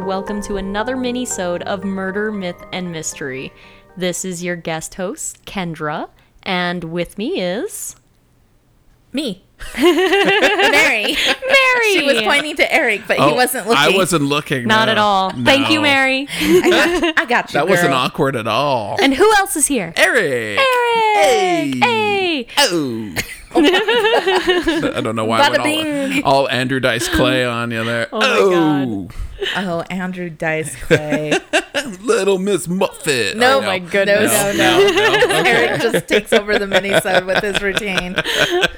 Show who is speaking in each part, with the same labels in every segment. Speaker 1: welcome to another mini-sode of Murder, Myth, and Mystery. This is your guest host, Kendra, and with me is
Speaker 2: Me. Mary.
Speaker 1: Mary.
Speaker 2: She was pointing to Eric, but he
Speaker 3: Oh,
Speaker 2: wasn't looking.
Speaker 3: I wasn't looking.
Speaker 1: Not
Speaker 3: no.
Speaker 1: at all. Thank you,
Speaker 3: No.
Speaker 1: Mary.
Speaker 2: I got, I got you.
Speaker 3: That wasn't
Speaker 2: girl.
Speaker 3: awkward at all.
Speaker 1: and who else is here?
Speaker 3: Eric.
Speaker 1: Eric.
Speaker 3: Hey.
Speaker 1: Hey.
Speaker 3: Oh. I don't know why I
Speaker 2: Bada
Speaker 3: went
Speaker 2: bing.
Speaker 3: all, all Andrew Dice Clay on you there. Oh,
Speaker 1: my
Speaker 2: Oh, Andrew Dice Clay.
Speaker 3: little Miss Muffet.
Speaker 2: No,
Speaker 3: I know.
Speaker 2: my goodness. No, no, Eric just takes over the mini with his routine.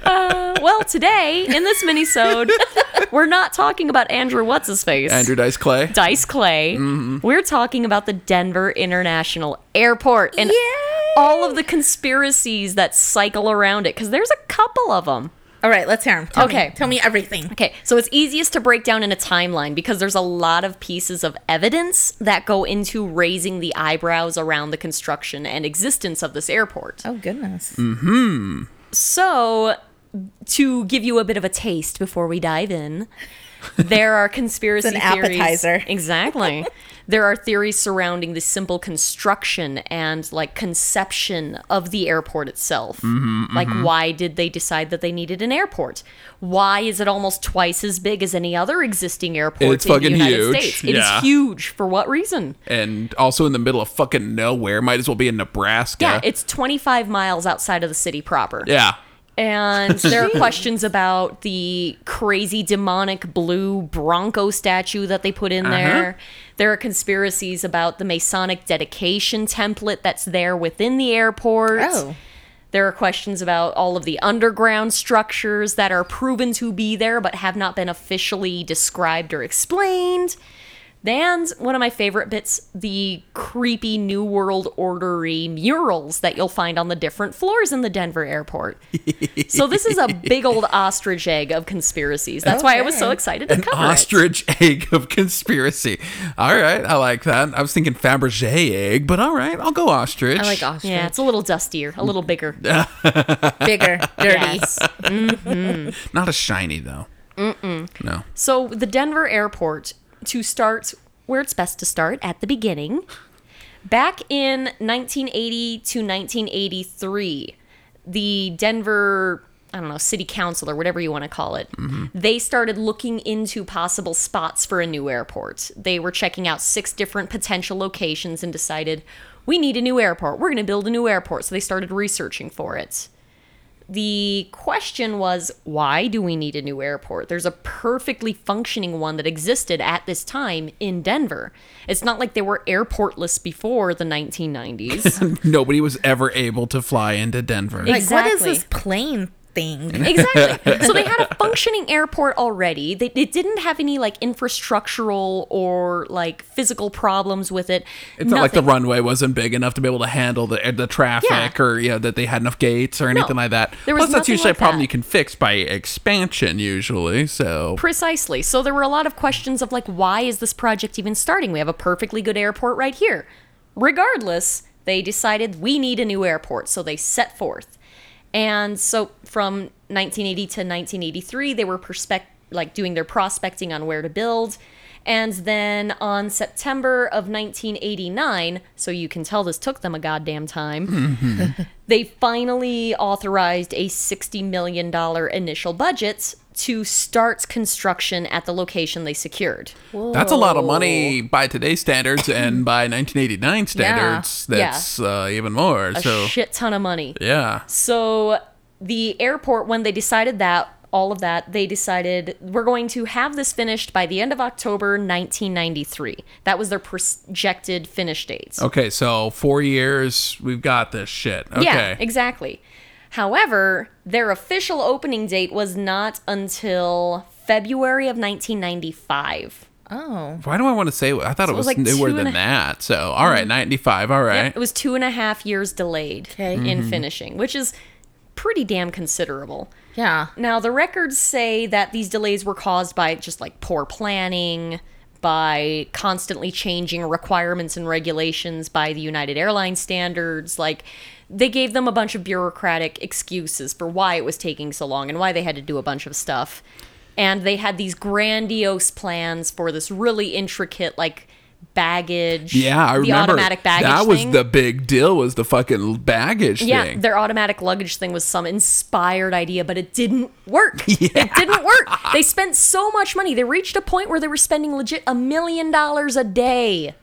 Speaker 1: Uh, well, today in this mini-sode, we're not talking about Andrew what's his face.
Speaker 3: Andrew Mm-hmm. Dice Clay.
Speaker 1: Dice Clay. We're talking about the Denver International Airport and
Speaker 2: Yay!
Speaker 1: all of the conspiracies that cycle around it because there's a couple of them.
Speaker 2: All right, let's hear him. Tell me-
Speaker 1: Okay.
Speaker 2: tell me everything.
Speaker 1: Okay, so it's easiest to break down in a timeline because there's a lot of pieces of evidence that go into raising the eyebrows around the construction and existence of this airport.
Speaker 2: Oh goodness.
Speaker 3: Mm.
Speaker 1: So, to give you a bit of a taste before we dive in, there are conspiracy
Speaker 2: It's an
Speaker 1: theories.
Speaker 2: appetizer.
Speaker 1: Exactly. there are theories surrounding the simple construction and like conception of the airport itself. Like why did they decide that they needed an airport? Why is it almost twice as big as any other existing airport
Speaker 3: It's
Speaker 1: in
Speaker 3: fucking
Speaker 1: the United
Speaker 3: huge.
Speaker 1: States? It is
Speaker 3: Yeah.
Speaker 1: huge. For what reason?
Speaker 3: And also in the middle of fucking nowhere. Might as well be in Nebraska.
Speaker 1: yeah it's 25 miles outside of the city proper.
Speaker 3: Yeah.
Speaker 1: And there are questions about the crazy demonic blue Bronco statue that they put in there. There are conspiracies about the Masonic dedication template that's there within the airport.
Speaker 2: Oh.
Speaker 1: There are questions about all of the underground structures that are proven to be there but have not been officially described or explained. And one of my favorite bits the creepy New World Ordery murals that you'll find on the different floors in the Denver airport. so, this is a big old ostrich egg of conspiracies. That's why I was so
Speaker 2: Okay.
Speaker 1: excited to
Speaker 3: An
Speaker 1: cover it.
Speaker 3: ostrich egg of conspiracy. All right. I like that. I was thinking Fabergé egg, but all right. I'll go ostrich.
Speaker 2: I like ostrich.
Speaker 1: Yeah, it's a little dustier, a little bigger.
Speaker 2: Bigger, dirty.
Speaker 1: Yes.
Speaker 3: Not a shiny, though. Mm-mm. No.
Speaker 1: So, the Denver airport, to start where it's best to start at the beginning, back in 1980 to 1983, the Denver, I don't know, city council or whatever you want to call it, they started looking into possible spots for a new airport. They were checking out six different potential locations and decided, we need a new airport. We're going to build a new airport. So, they started researching for it the question was why do we need a new airport? There's a perfectly functioning one that existed at this time in Denver. It's not like they were airportless before the 1990s.
Speaker 3: Nobody was ever able to fly into Denver.
Speaker 2: Like what is
Speaker 1: Exactly.
Speaker 2: this plane thing?
Speaker 1: exactly. So they had a functioning airport already. They, it didn't have any like infrastructural or like physical problems with it.
Speaker 3: It's not like the runway wasn't big enough to be able to handle the the traffic
Speaker 1: Yeah.
Speaker 3: or you know, that they had enough gates or anything like that.
Speaker 1: There was
Speaker 3: Plus, that's
Speaker 1: nothing
Speaker 3: usually
Speaker 1: like
Speaker 3: a problem
Speaker 1: that.
Speaker 3: you can fix by expansion, usually. So
Speaker 1: Precisely. So there were a lot of questions of like, why is this project even starting? We have a perfectly good airport right here. Regardless, they decided we need a new airport, so they set forth. And so from 1980 to 1983, they were perspec- like doing their prospecting on where to build. And then on September of 1989, so you can tell this took them a goddamn time they finally authorized a $60 million initial budget to start construction at the location they secured.
Speaker 3: that's a lot of money
Speaker 1: Oh.
Speaker 3: by today's standards and by 1989 standards.
Speaker 1: Yeah.
Speaker 3: That's Uh, even more.
Speaker 1: A
Speaker 3: so
Speaker 1: shit ton of money.
Speaker 3: yeah,
Speaker 1: So the airport, when they decided that, all of that, they decided we're going to have this finished by the end of October 1993. That was their projected finish date.
Speaker 3: okay. So four years, we've got this shit. Okay.
Speaker 1: Yeah, exactly. However, their official opening date was not until February of 1995.
Speaker 2: Oh.
Speaker 3: Why do I want to say? I thought it
Speaker 1: was
Speaker 3: was,
Speaker 1: like
Speaker 3: newer
Speaker 1: two and
Speaker 3: than
Speaker 1: a- Mm-hmm.
Speaker 3: that. So all right, 95. All right.
Speaker 1: It
Speaker 3: Mm-hmm.
Speaker 1: was two and a half years delayed
Speaker 2: Okay.
Speaker 1: in finishing, which is pretty damn considerable.
Speaker 2: Yeah.
Speaker 1: Now, the records say that these delays were caused by just like poor planning, by constantly changing requirements and regulations by the United Airlines standards. Like, they gave them a bunch of bureaucratic excuses for why it was taking so long and why they had to do a bunch of stuff. And they had these grandiose plans for this really intricate, like, baggage.
Speaker 3: Yeah, I
Speaker 1: the
Speaker 3: remember
Speaker 1: automatic baggage.
Speaker 3: That was
Speaker 1: thing.
Speaker 3: the big deal was the fucking baggage
Speaker 1: yeah.
Speaker 3: thing.
Speaker 1: Their automatic luggage thing was some inspired idea, but it didn't work. It didn't work. They spent so much money. They reached a point where they were spending legit a million dollars a day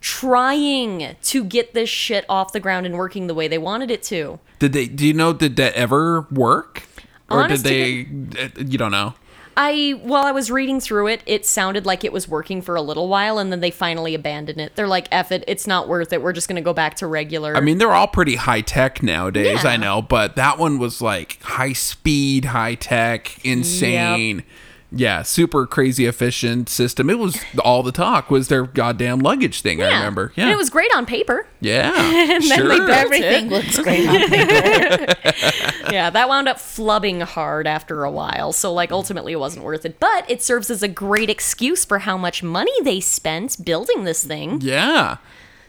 Speaker 1: trying to get this shit off the ground and working the way they wanted it to.
Speaker 3: Did they? Do you know? Did that ever work? Or
Speaker 1: Honest to
Speaker 3: did they? uh, You don't know.
Speaker 1: I while I was reading through it, it sounded like it was working for a little while, and then they finally abandoned it. They're like, "F it, it's not worth it. We're just gonna go back to regular."
Speaker 3: I mean, they're all pretty high tech nowadays.
Speaker 1: Yeah.
Speaker 3: I know, but that one was like high speed, high tech, insane. Yeah, super crazy efficient system. It was all the talk was their goddamn luggage thing. I remember. Yeah,
Speaker 1: and it was great on paper.
Speaker 3: Yeah,
Speaker 1: then they
Speaker 3: sure.
Speaker 1: built
Speaker 2: Everything
Speaker 1: it.
Speaker 2: looks great on paper.
Speaker 1: yeah, that wound up flubbing hard after a while. So, like, ultimately, it wasn't worth it. But it serves as a great excuse for how much money they spent building this thing.
Speaker 3: yeah,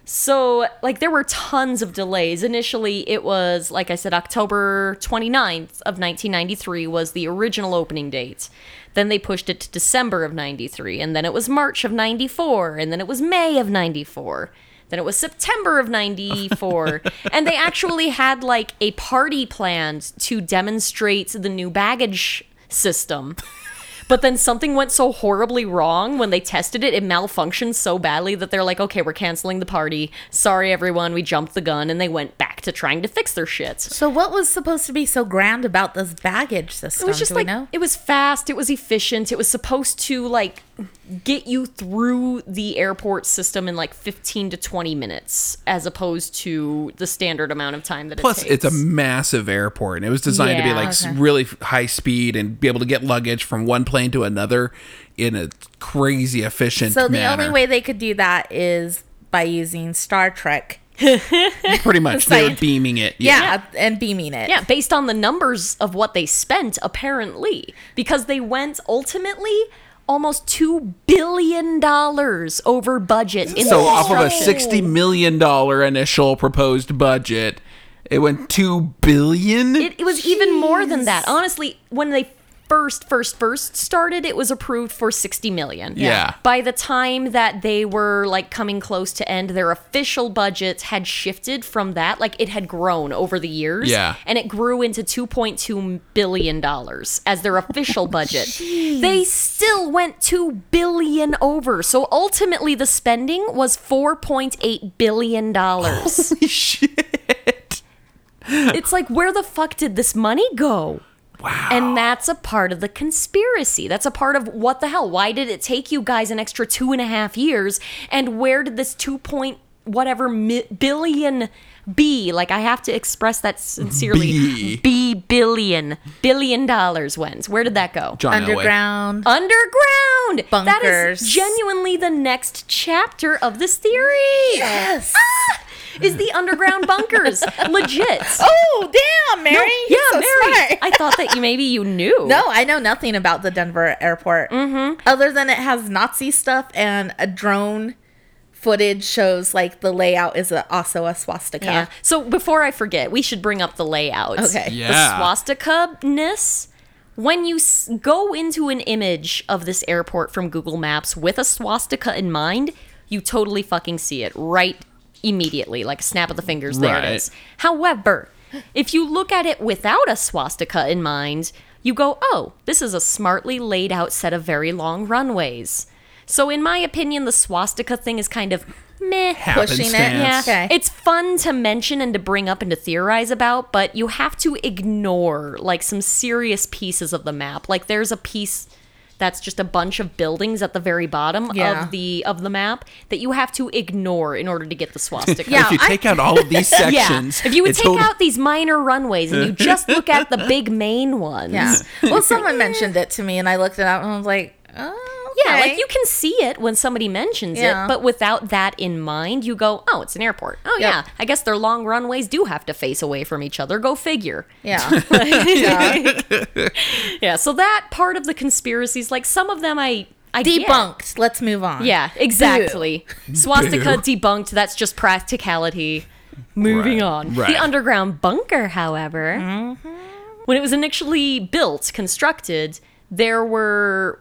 Speaker 1: So, like, there were tons of delays. Initially, it was, like I said, October 29th of 1993 was the original opening date. Then they pushed it to December of 93, and then it was March of 94, and then it was May of 94. Then it was September of 94. and they actually had like a party planned to demonstrate the new baggage system. But then something went so horribly wrong when they tested it, it malfunctioned so badly that they're like, okay, we're canceling the party. Sorry, everyone, we jumped the gun. And they went back to trying to fix their shit.
Speaker 2: So, what was supposed to be so grand about this baggage system?
Speaker 1: It was just
Speaker 2: Do
Speaker 1: like,
Speaker 2: we know?
Speaker 1: it was fast, it was efficient, it was supposed to like get you through the airport system in like 15 to 20 minutes as opposed to the standard amount of time that
Speaker 3: Plus,
Speaker 1: it takes.
Speaker 3: it's a massive airport, and it was designed to be
Speaker 1: Yeah,
Speaker 3: like s
Speaker 2: okay.
Speaker 3: really f- high speed and be able to get luggage from one plane to another in a crazy efficient.
Speaker 2: so, the
Speaker 3: manner.
Speaker 2: only way they could do that is by using Star Trek.
Speaker 3: pretty much, they were
Speaker 2: like-
Speaker 3: beaming it.
Speaker 2: Yeah, and beaming it.
Speaker 1: Yeah, based on the numbers of what they spent, apparently, because they went ultimately almost two billion dollars over budget. In
Speaker 3: So
Speaker 1: the
Speaker 3: off of a
Speaker 1: construction.
Speaker 3: sixty million dollar initial proposed budget, it went two billion.
Speaker 1: it, it was even more than that. Honestly, when they first, first, first started, it was approved for sixty million.
Speaker 3: Yeah.
Speaker 1: By the time that they were like coming close to end, their official budget had shifted from that. Like it had grown over the years.
Speaker 3: Yeah.
Speaker 1: And it grew into two point two billion dollars as their official budget. They still went two billion over. So ultimately, the spending was four point eight billion dollars. It's like, where the fuck did this money go? Wow. And that's a part of the conspiracy. That's a part of what the hell? Why did it take you guys an extra two and a half years? And where did this two point whatever mi- billion be? Like, I have to express that sincerely.
Speaker 3: Be.
Speaker 1: B billion billion dollars went. Where did that go?
Speaker 3: John Elway.
Speaker 2: Underground.
Speaker 1: Underground. That is
Speaker 2: Bunkers.
Speaker 1: genuinely the next chapter of this theory.
Speaker 2: Yes.
Speaker 1: Is the underground bunkers legit?
Speaker 2: Oh, damn, Mary.
Speaker 1: Yeah,
Speaker 2: you're so
Speaker 1: Mary.
Speaker 2: smart.
Speaker 1: I thought that you maybe you knew.
Speaker 2: No, I know nothing about the Denver airport. Other than it has Nazi stuff and a drone footage shows like the layout is a, also a swastika.
Speaker 1: Yeah. So before I forget, we should bring up the layout.
Speaker 2: Okay.
Speaker 3: Yeah.
Speaker 1: The swastika ness. When you s- go into an image of this airport from Google Maps with a swastika in mind, you totally fucking see it right immediately, like a snap of the fingers. There
Speaker 3: Right.
Speaker 1: it is. However, if you look at it without a swastika in mind, you go, oh, this is a smartly laid out set of very long runways. So, in my opinion, the swastika thing is kind of meh.
Speaker 2: Pushing it,
Speaker 1: Yeah.
Speaker 3: Happenstance.
Speaker 2: Okay.
Speaker 1: It's fun to mention and to bring up and to theorize about, but you have to ignore like some serious pieces of the map. Like there's a piece that's just a bunch of buildings at the very bottom
Speaker 2: Yeah.
Speaker 1: of the of the map that you have to ignore in order to get the swastika.
Speaker 2: Yeah.
Speaker 3: If you
Speaker 2: I-
Speaker 3: take out all of these sections,
Speaker 1: Yeah. If you would
Speaker 3: it's
Speaker 1: take
Speaker 3: total-
Speaker 1: out these minor runways and you just look at the big main ones.
Speaker 2: Yeah. well, someone mentioned it to me and I looked it up and I was like, oh,
Speaker 1: Yeah,
Speaker 2: okay.
Speaker 1: like you can see it when somebody mentions
Speaker 2: Yeah.
Speaker 1: it, but without that in mind, you go, "Oh, it's an airport. Oh
Speaker 2: Yep.
Speaker 1: yeah, I guess their long runways do have to face away from each other. Go figure."
Speaker 2: Yeah. Yeah.
Speaker 1: Yeah, so that part of the conspiracies, like some of them, I I get.
Speaker 2: Debunked. Let's move on.
Speaker 1: Yeah, exactly. Swastika
Speaker 3: Boo.
Speaker 1: debunked. That's just practicality. Moving
Speaker 3: Right,
Speaker 1: on.
Speaker 3: right. Mm-hmm.
Speaker 1: The underground bunker, however, when it was initially built, constructed, there were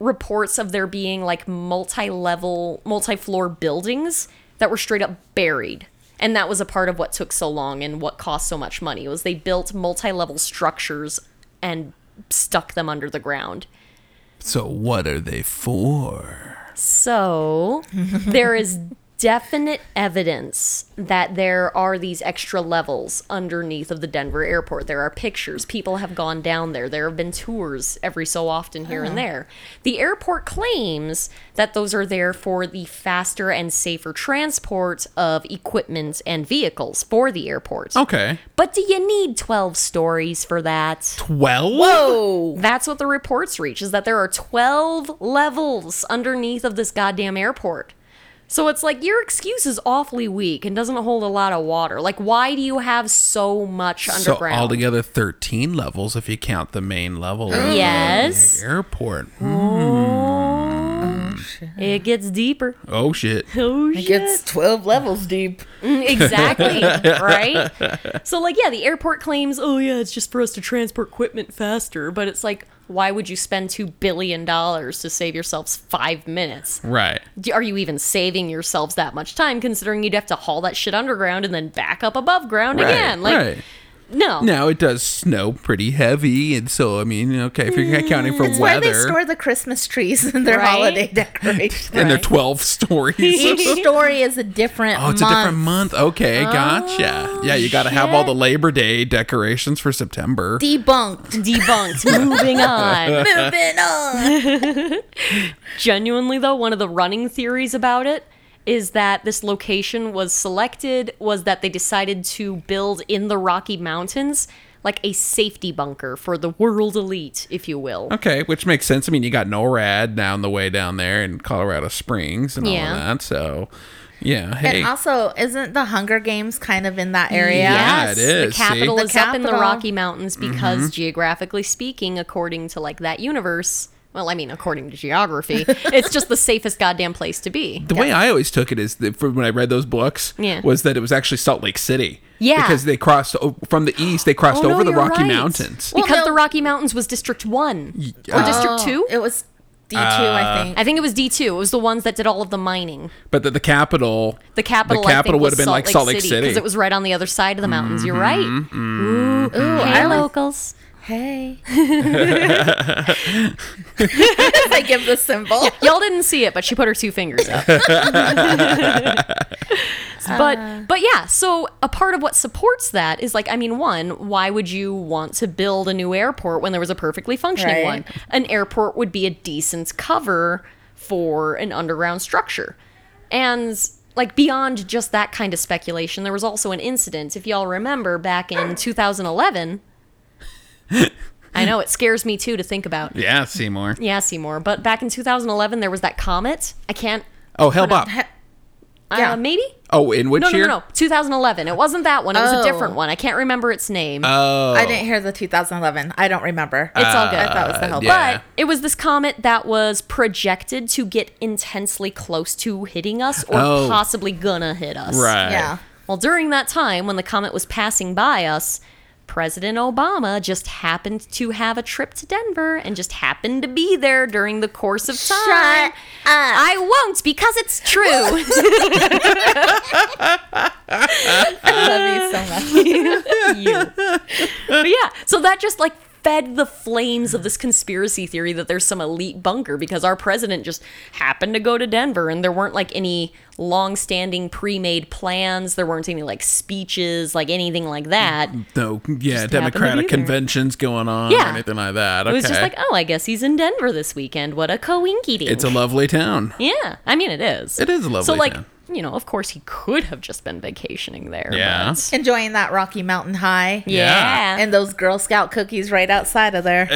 Speaker 1: reports of there being like multi-level, multi-floor buildings that were straight up buried. And that was a part of what took so long and what cost so much money was they built multi-level structures and stuck them under the ground.
Speaker 3: So what are they for?
Speaker 1: So there is definite evidence that there are these extra levels underneath of the Denver airport. There are pictures. People have gone down there. There have been tours every so often here and there. The airport claims that those are there for the faster and safer transport of equipment and vehicles for the airport.
Speaker 3: Okay.
Speaker 1: But do you need 12 stories for that?
Speaker 3: Twelve.
Speaker 2: Whoa.
Speaker 1: That's what the reports reach is that there are 12 levels underneath of this goddamn airport. So it's like your excuse is awfully weak and doesn't hold a lot of water. Like why do you have so much
Speaker 3: So
Speaker 1: underground?
Speaker 3: altogether thirteen levels if you count the main level. of the
Speaker 1: Yes.
Speaker 3: Airport.
Speaker 1: It gets deeper.
Speaker 3: Oh shit.
Speaker 1: Oh
Speaker 2: It
Speaker 1: shit.
Speaker 2: gets 12 levels deep.
Speaker 1: exactly, right? So like yeah, the airport claims, "Oh yeah, it's just for us to transport equipment faster," but it's like why would you spend 2 billion dollars to save yourselves 5 minutes?
Speaker 3: Right.
Speaker 1: D- are you even saving yourselves that much time considering you'd have to haul that shit underground and then back up above ground again like
Speaker 3: right.
Speaker 1: no
Speaker 3: Now it does snow pretty heavy, and so I mean, okay, if you're accounting for
Speaker 2: That's why they
Speaker 3: weather,
Speaker 2: store the Christmas trees in their
Speaker 1: Right?
Speaker 2: holiday decorations.
Speaker 3: and they're
Speaker 1: Right.
Speaker 3: twelve stories.
Speaker 2: Each story is a different
Speaker 3: Oh, it's
Speaker 2: month.
Speaker 3: a different month. Okay, gotcha.
Speaker 1: Oh,
Speaker 3: Yeah, you got to have all the Labor Day decorations for September.
Speaker 2: Debunked.
Speaker 1: debunked moving on
Speaker 2: Moving on.
Speaker 1: genuinely though one of the running theories about it is that this location was selected was that they decided to build in the rocky mountains like a safety bunker for the world elite if you will
Speaker 3: Okay, which makes sense. I mean, you got NORAD down the way down there in Colorado Springs and all
Speaker 1: Yeah.
Speaker 3: of that. So, yeah, hey,
Speaker 2: And also, isn't the Hunger Games kind of in that area?
Speaker 3: Yeah, it
Speaker 1: The
Speaker 3: is, see? Mm-hmm.
Speaker 1: capital
Speaker 2: The
Speaker 1: is up in the
Speaker 2: capital.
Speaker 1: Rocky Mountains because, geographically speaking, according to like that universe. Well, I mean, according to geography, it's just the safest goddamn place to be.
Speaker 3: the way I always took it is that from when I read those books
Speaker 1: Yeah.
Speaker 3: was that it was actually Salt Lake City.
Speaker 1: Yeah.
Speaker 3: because they crossed o- from the east. They crossed
Speaker 1: Oh, no,
Speaker 3: over the
Speaker 1: you're
Speaker 3: Rocky
Speaker 1: right.
Speaker 3: Mountains. uh,
Speaker 2: Well,
Speaker 1: because
Speaker 2: no- Oh.
Speaker 1: the Rocky Mountains was District One or District Two.
Speaker 2: It was D2, I think.
Speaker 1: I think it was D two. It was the ones that did all of the mining.
Speaker 3: but that the capital,
Speaker 1: The capital,
Speaker 3: the capital would have been like Salt Lake City. Mm-hmm,
Speaker 1: because it was right on the other side of the mountains. You're right. Ooh, hey,
Speaker 2: I like-
Speaker 1: locals.
Speaker 2: Hey. I give the symbol.
Speaker 1: Y'all didn't see it, but she put her two fingers up. but but yeah, so a part of what supports that is like I mean, one, why would you want to build a new airport when there was a perfectly functioning
Speaker 2: Right.
Speaker 1: one? An airport would be a decent cover for an underground structure. And like beyond just that kind of speculation, there was also an incident, if y'all remember, back in 2011. I know it scares me too to think about.
Speaker 3: yeah, Seymour.
Speaker 1: Yeah, Seymour. But back in 2011, there was that comet. I can't.
Speaker 3: Oh, hell, Bob.
Speaker 1: Uh,
Speaker 2: Yeah.
Speaker 1: maybe?
Speaker 3: Oh, in which
Speaker 1: No, no,
Speaker 3: year?
Speaker 1: no, no. 2011. It wasn't that one. It was a
Speaker 2: Oh.
Speaker 1: different one. I can't remember its name.
Speaker 3: Oh, Uh,
Speaker 2: I didn't hear the 2011. I don't remember.
Speaker 1: it's all good.
Speaker 2: I thought it was the help.
Speaker 3: yeah.
Speaker 1: But it was this comet that was projected to get intensely close to hitting us or
Speaker 3: Oh.
Speaker 1: possibly gonna hit us.
Speaker 3: right.
Speaker 2: But, yeah.
Speaker 1: Well, during that time, when the comet was passing by us, President Obama just happened to have a trip to Denver and just happened to be there during the course of time.
Speaker 2: Shut up.
Speaker 1: I won't because it's true.
Speaker 2: I love you so much.
Speaker 1: you. But yeah, so that just like fed the flames of this conspiracy theory that there's some elite bunker because our president just happened to go to Denver and there weren't like any long-standing pre-made plans, there weren't any like speeches, like anything like that.
Speaker 3: No, yeah,
Speaker 1: happened to
Speaker 3: Democratic
Speaker 1: be there.
Speaker 3: conventions going on or
Speaker 1: Yeah.
Speaker 3: anything like that. Okay.
Speaker 1: It was just like, "Oh, I guess he's in Denver this weekend. What a coinky dink."
Speaker 3: it's a lovely town.
Speaker 1: yeah, I mean it is.
Speaker 3: It is
Speaker 1: So
Speaker 3: a lovely
Speaker 1: like,
Speaker 3: town.
Speaker 1: you know, of course he could have just been vacationing there.
Speaker 3: Yeah.
Speaker 1: but-
Speaker 2: Enjoying that Rocky Mountain High.
Speaker 1: yeah.
Speaker 2: And those Girl Scout cookies right outside of there.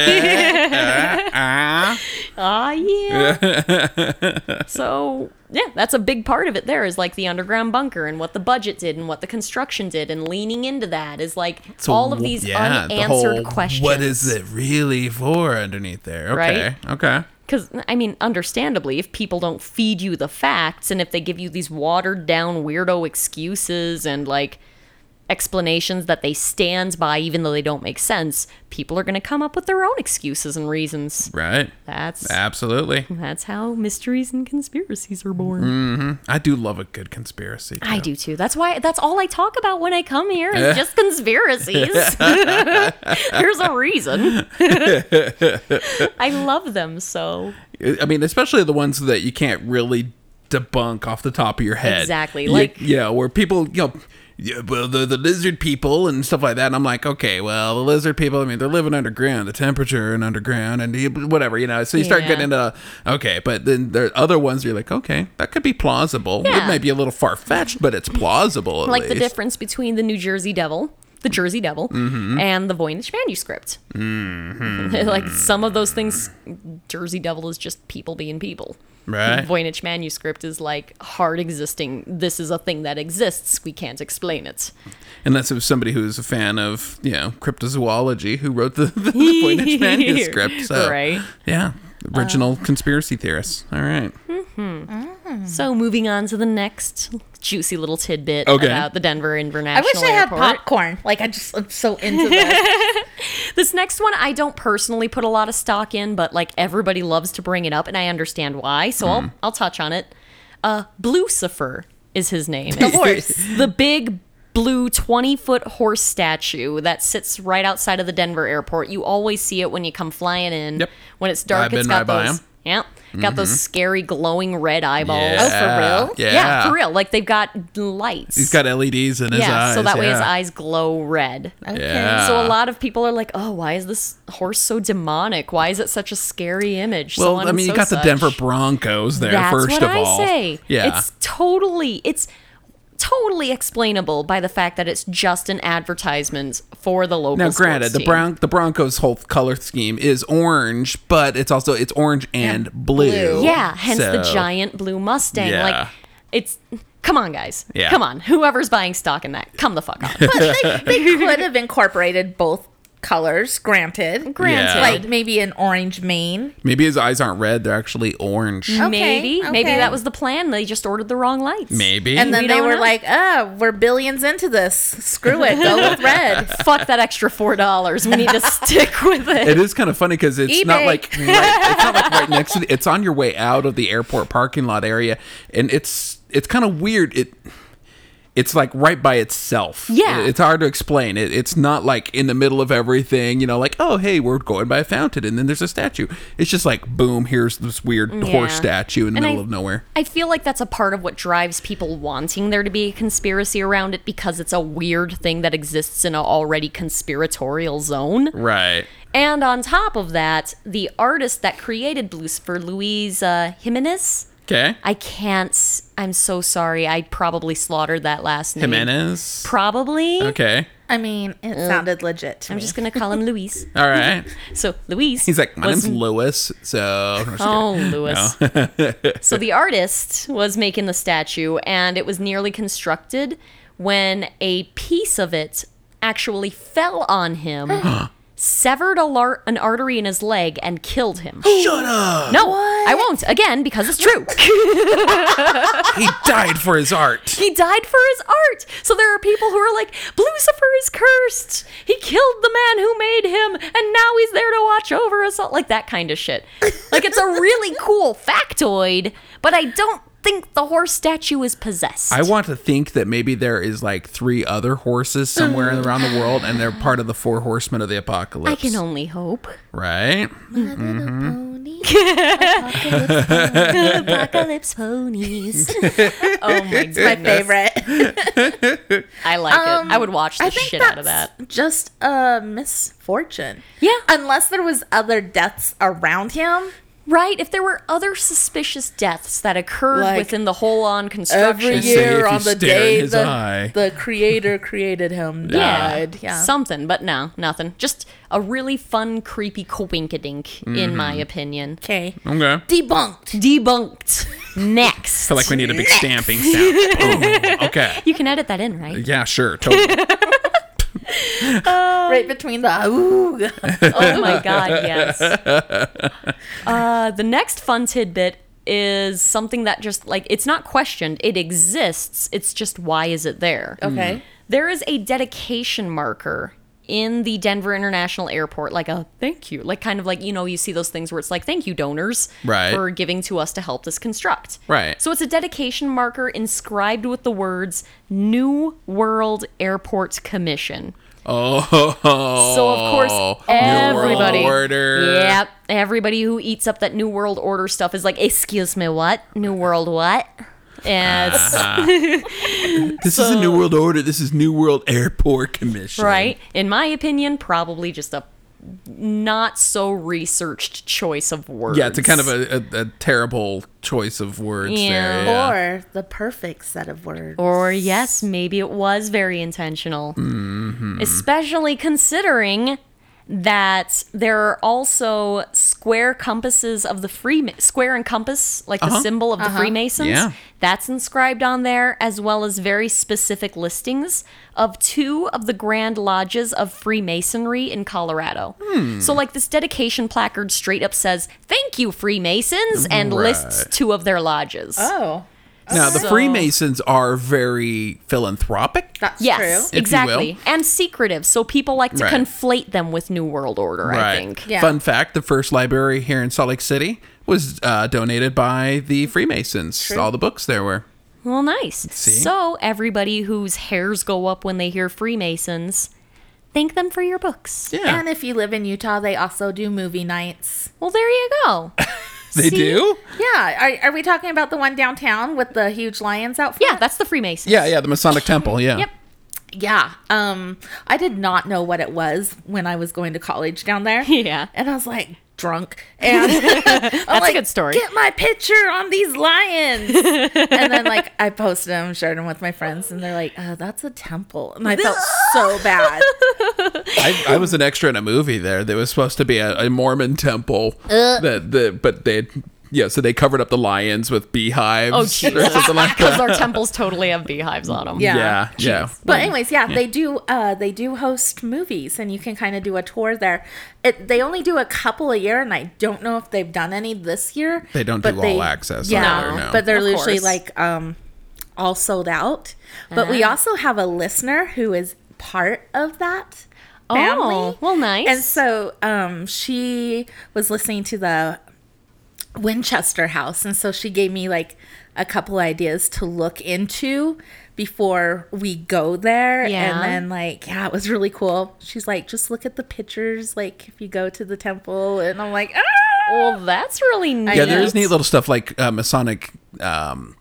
Speaker 3: Ah,
Speaker 1: Ah, yeah. so, yeah, that's a big part of it there is like the underground bunker and what the budget did and what the construction did and leaning into that is like
Speaker 3: so
Speaker 1: all of
Speaker 3: w-
Speaker 1: these
Speaker 3: yeah, the
Speaker 1: unanswered
Speaker 3: whole,
Speaker 1: questions.
Speaker 3: What is it really for underneath there? Okay. Okay.
Speaker 1: Because, I mean, understandably, if people don't feed you the facts and if they give you these watered down weirdo excuses and like explanations that they stand by, even though they don't make sense, people are going to come up with their own excuses and reasons.
Speaker 3: Right.
Speaker 1: That's
Speaker 3: Ah. Absolutely.
Speaker 1: that's how mysteries and conspiracies are born.
Speaker 3: I do love a good conspiracy.
Speaker 1: I
Speaker 3: though.
Speaker 1: do too. That's why that's all I talk about when I come here is just conspiracies. There's a reason. I love them so.
Speaker 3: I mean, especially the ones that you can't really debunk off the top of your head.
Speaker 1: Exactly,
Speaker 3: You-
Speaker 1: like-
Speaker 3: yeah, where people, you know, yeah, well, the the lizard people and stuff like that. And I'm like, okay, well, the lizard people. I mean, they're living underground, the temperature and underground, and you- whatever, you know. So you start
Speaker 1: Yeah.
Speaker 3: getting into okay, but then there are other ones. Where you're like, okay, that could be plausible.
Speaker 1: Yeah.
Speaker 3: It may be a little far fetched, but it's plausible. At
Speaker 1: Like the
Speaker 3: least.
Speaker 1: difference between the New Jersey Devil, the Jersey Devil,
Speaker 3: Mm-hmm.
Speaker 1: and the Voynich manuscript. like some of those things Jersey Devil is just people being people.
Speaker 3: Right.
Speaker 1: Voynich manuscript is like hard existing. This is a thing that exists. We can't explain it.
Speaker 3: Unless it was somebody who's a fan of, you know, cryptozoology who wrote the, the, Voynich manuscript. So,
Speaker 1: Right. Uh.
Speaker 3: Yeah. Original conspiracy theorists. All right.
Speaker 1: Oh, So moving on to the next juicy little tidbit
Speaker 3: Okay.
Speaker 1: about the Denver
Speaker 2: I
Speaker 1: International
Speaker 2: wish I had
Speaker 1: Airport.
Speaker 2: popcorn. Like I just I'm so into this.
Speaker 1: This next one I don't personally put a lot of stock in, but like everybody loves to bring it up, and I understand why. So
Speaker 3: Hmm.
Speaker 1: I'll I'll touch on it. Uh, Blucifer is his name.
Speaker 2: the horse.
Speaker 1: the big blue 20 foot horse statue that sits right outside of the Denver airport. You always see it when you come flying in.
Speaker 3: Yep.
Speaker 1: When it's dark,
Speaker 3: I've
Speaker 1: it's
Speaker 3: been
Speaker 1: got
Speaker 3: right by Mm-hmm.
Speaker 1: those.
Speaker 3: 'em.
Speaker 1: Yeah. Got those scary glowing red eyeballs.
Speaker 2: Oh, for real?
Speaker 3: Yeah.
Speaker 1: Yeah, for real. Like they've got lights.
Speaker 3: He's got LEDs in his
Speaker 1: yeah,
Speaker 3: eyes.
Speaker 1: so that way his
Speaker 3: yeah. Ah.
Speaker 1: eyes glow red.
Speaker 2: Okay.
Speaker 3: Yeah.
Speaker 1: So a lot of people are like, "Oh, why is this horse so demonic? Why is it such a scary image?" So
Speaker 3: Well,
Speaker 1: on
Speaker 3: I
Speaker 1: and
Speaker 3: mean, you
Speaker 1: so
Speaker 3: got the
Speaker 1: such.
Speaker 3: Denver Broncos there
Speaker 1: That's
Speaker 3: first
Speaker 1: what
Speaker 3: of
Speaker 1: I
Speaker 3: all.
Speaker 1: say.
Speaker 3: Yeah.
Speaker 1: it's totally it's totally explainable by the fact that it's just an advertisement for the local.
Speaker 3: now, granted,
Speaker 1: sports
Speaker 3: the
Speaker 1: team.
Speaker 3: brown the Broncos' whole color scheme is orange, but it's also it's orange and blue.
Speaker 2: blue.
Speaker 1: Yeah, hence the
Speaker 3: So-
Speaker 1: giant blue Mustang.
Speaker 3: Yeah.
Speaker 1: Like it's come on, guys.
Speaker 3: Yeah.
Speaker 1: Come on. Whoever's buying stock in that, come the fuck on. But
Speaker 2: But they, they could have incorporated both colors, granted.
Speaker 1: granted,
Speaker 3: Yeah.
Speaker 2: Like maybe an orange mane.
Speaker 3: Maybe his eyes aren't red; they're actually orange.
Speaker 1: Mm-hmm. maybe
Speaker 2: okay,
Speaker 1: maybe
Speaker 2: okay.
Speaker 1: that was the plan. They just ordered the wrong lights.
Speaker 3: Maybe.
Speaker 2: And then
Speaker 1: We
Speaker 2: they
Speaker 1: don't
Speaker 2: were
Speaker 1: know.
Speaker 2: like, oh, we're billions into this. Screw it. Go with red.
Speaker 1: fuck that extra four dollars. We need to stick with it.
Speaker 3: It is kind of funny because it's not
Speaker 2: eBay.
Speaker 3: like right, it's not like right next to the, it's on your way out of the airport parking lot area, and it's it's kind of weird. It it's like right by itself.
Speaker 1: Yeah.
Speaker 3: It- it's hard to explain. It, it's not like in the middle of everything. You know, like oh hey, we're going by a fountain, and then there's a statue. It's just like boom, here's this weird horse
Speaker 1: Yeah.
Speaker 3: statue in the
Speaker 1: And
Speaker 3: middle
Speaker 1: I-
Speaker 3: of nowhere.
Speaker 1: I feel like that's a part of what drives people wanting there to be a conspiracy around it because it's a weird thing that exists in an already conspiratorial zone.
Speaker 3: Right.
Speaker 1: And on top of that, the artist that created Lucifer, Louise uh, Jimenez,
Speaker 3: Okay.
Speaker 1: I can't. s- I'm so sorry. I probably slaughtered that last name.
Speaker 3: Jimenez.
Speaker 1: Probably.
Speaker 3: Okay.
Speaker 2: I mean, it sounded legit to
Speaker 1: Mm. I'm
Speaker 2: me.
Speaker 1: just gonna call him Luis.
Speaker 3: All right.
Speaker 1: So Luis.
Speaker 3: He's like, my
Speaker 1: was
Speaker 3: name's Lewis, so
Speaker 1: Oh, Lewis. so the artist was making the statue, and it was nearly constructed when a piece of it actually fell on him, severed a lar- an artery in his leg, and killed him. Shut up! No, I won't. Again, because it's true.
Speaker 3: he died for his art.
Speaker 1: he died for his art. So there are people who are like, Lucifer is cursed. He killed the man who made him, and now he's there to watch over us all. Like that kind of shit. Like it's a really cool factoid, but I don't think the horse statue is possessed.
Speaker 3: I want to think that maybe there is like three other horses somewhere around the world, and they're part of the four horsemen of the apocalypse.
Speaker 1: Mm. I can only hope.
Speaker 3: right?
Speaker 1: Apocalypse ponies. oh my goodness.
Speaker 2: my favorite.
Speaker 1: I like it. I would watch the
Speaker 2: Um, I think
Speaker 1: shit
Speaker 2: that's
Speaker 1: out of that.
Speaker 2: just a misfortune.
Speaker 1: Yeah.
Speaker 2: Unless there was other deaths around him.
Speaker 1: Right? If there were other suspicious deaths that occurred
Speaker 2: Like,
Speaker 1: within the whole on construction.
Speaker 3: Say if you stare in his
Speaker 2: the,
Speaker 3: eye.
Speaker 2: the creator created him died. Yeah.
Speaker 1: Something, but no, nothing. Just a really fun, creepy coinkadink, in my opinion.
Speaker 2: okay.
Speaker 3: Okay.
Speaker 2: Debunked.
Speaker 1: Debunked. Next.
Speaker 3: feel like we need a big stamping sound. Boom. Okay.
Speaker 1: you can edit that in, right?
Speaker 3: Yeah, sure. Totally.
Speaker 2: Right between the ooh.
Speaker 1: Oh my god, yes. Uh, the next fun tidbit is something that just like it's not questioned. It exists. It's just why is it there?
Speaker 2: Okay.
Speaker 1: There is a dedication marker in the Denver International Airport, like a thank you, like kind of like, you know, you see those things where it's like, thank you, donors,
Speaker 3: Right.
Speaker 1: for giving to us to help this construct.
Speaker 3: Right.
Speaker 1: So it's a dedication marker inscribed with the words New World Airport Commission.
Speaker 3: Oh,
Speaker 1: So of course everybody,
Speaker 3: New World Order.
Speaker 1: yep, everybody who eats up that New World Order stuff is like, excuse me, what? New World what? And it's-
Speaker 3: Uh-huh. This is a New World Order. This is New World Airport Commission.
Speaker 1: right, in my opinion, probably just a not so researched choice of words.
Speaker 3: Yeah, it's a kind of a, a, a terrible choice of words
Speaker 1: Yeah.
Speaker 3: there. Yeah.
Speaker 2: Or the perfect set of words.
Speaker 1: Or yes, maybe it was very intentional.
Speaker 3: Mm-hmm.
Speaker 1: Especially considering that there are also square compasses of the Freema square and compass, like the symbol of the Freemasons.
Speaker 3: Uh-huh. Yeah.
Speaker 1: That's inscribed on there, as well as very specific listings of two of the grand lodges of Freemasonry in Colorado.
Speaker 3: Hmm.
Speaker 1: So, like this dedication placard straight up says, "Thank you, Freemasons," and lists
Speaker 3: Right.
Speaker 1: two of their lodges.
Speaker 2: Oh,
Speaker 3: Now, the
Speaker 1: So-
Speaker 3: Freemasons are very philanthropic.
Speaker 2: that's
Speaker 1: Yes,
Speaker 2: true.
Speaker 3: If you
Speaker 1: exactly.
Speaker 3: will.
Speaker 1: And secretive. So people like to
Speaker 3: Right.
Speaker 1: conflate them with New World Order, I think.
Speaker 2: Yeah.
Speaker 3: Fun fact the first library here in Salt Lake City was uh, donated by the Freemasons. All the books there were.
Speaker 1: Well, nice.
Speaker 3: See?
Speaker 1: So everybody whose hairs go up when they hear Freemasons, thank them for your books.
Speaker 3: Yeah.
Speaker 2: And if you live in Utah, they also do movie nights.
Speaker 1: Well, there you go.
Speaker 3: they
Speaker 1: see?
Speaker 3: do?
Speaker 2: Yeah, are, are we talking about the one downtown with the huge lions out front?
Speaker 1: Yeah, that's the Freemasons.
Speaker 3: Yeah, yeah, the Masonic Temple. Yeah.
Speaker 1: Yep.
Speaker 2: Yeah. Um, I did not know what it was when I was going to college down there.
Speaker 1: Yeah.
Speaker 2: And I was like drunk. And that's
Speaker 1: a good story.
Speaker 2: Get my picture on these lions. and then like I posted them, shared them with my friends, and they're like, oh, that's a temple. And I felt so bad.
Speaker 3: I, I was an extra in a movie there. There was supposed to be a, a Mormon temple
Speaker 1: Uh.
Speaker 3: that the but they yeah, so they covered up the lions with beehives
Speaker 1: Oh,
Speaker 3: or
Speaker 1: Jesus.
Speaker 3: something like
Speaker 1: Because
Speaker 3: that.
Speaker 1: our temples totally have beehives on them.
Speaker 2: Yeah.
Speaker 3: Yeah, yeah.
Speaker 2: But anyways, yeah, they do uh they do host movies and you can kind of do a tour there. It, they only do a couple a year and I don't know if they've done any this year.
Speaker 3: They don't
Speaker 2: but
Speaker 3: do all access
Speaker 2: Yeah.
Speaker 3: either, no.
Speaker 2: But they're
Speaker 1: Of
Speaker 2: usually
Speaker 1: course.
Speaker 2: like um all sold out. But we
Speaker 1: Uh-huh.
Speaker 2: also have a listener who is part of that. Family.
Speaker 1: Oh, well, nice.
Speaker 2: And so um she was listening to the Winchester House. And so she gave me like a couple ideas to look into before we go there.
Speaker 1: Yeah.
Speaker 2: And then, like, yeah, it was really cool. She's like, just look at the pictures, like, if you go to the temple. And I'm like, ah!
Speaker 1: well, that's really neat.
Speaker 3: yeah, there is neat little stuff like uh, Masonic um,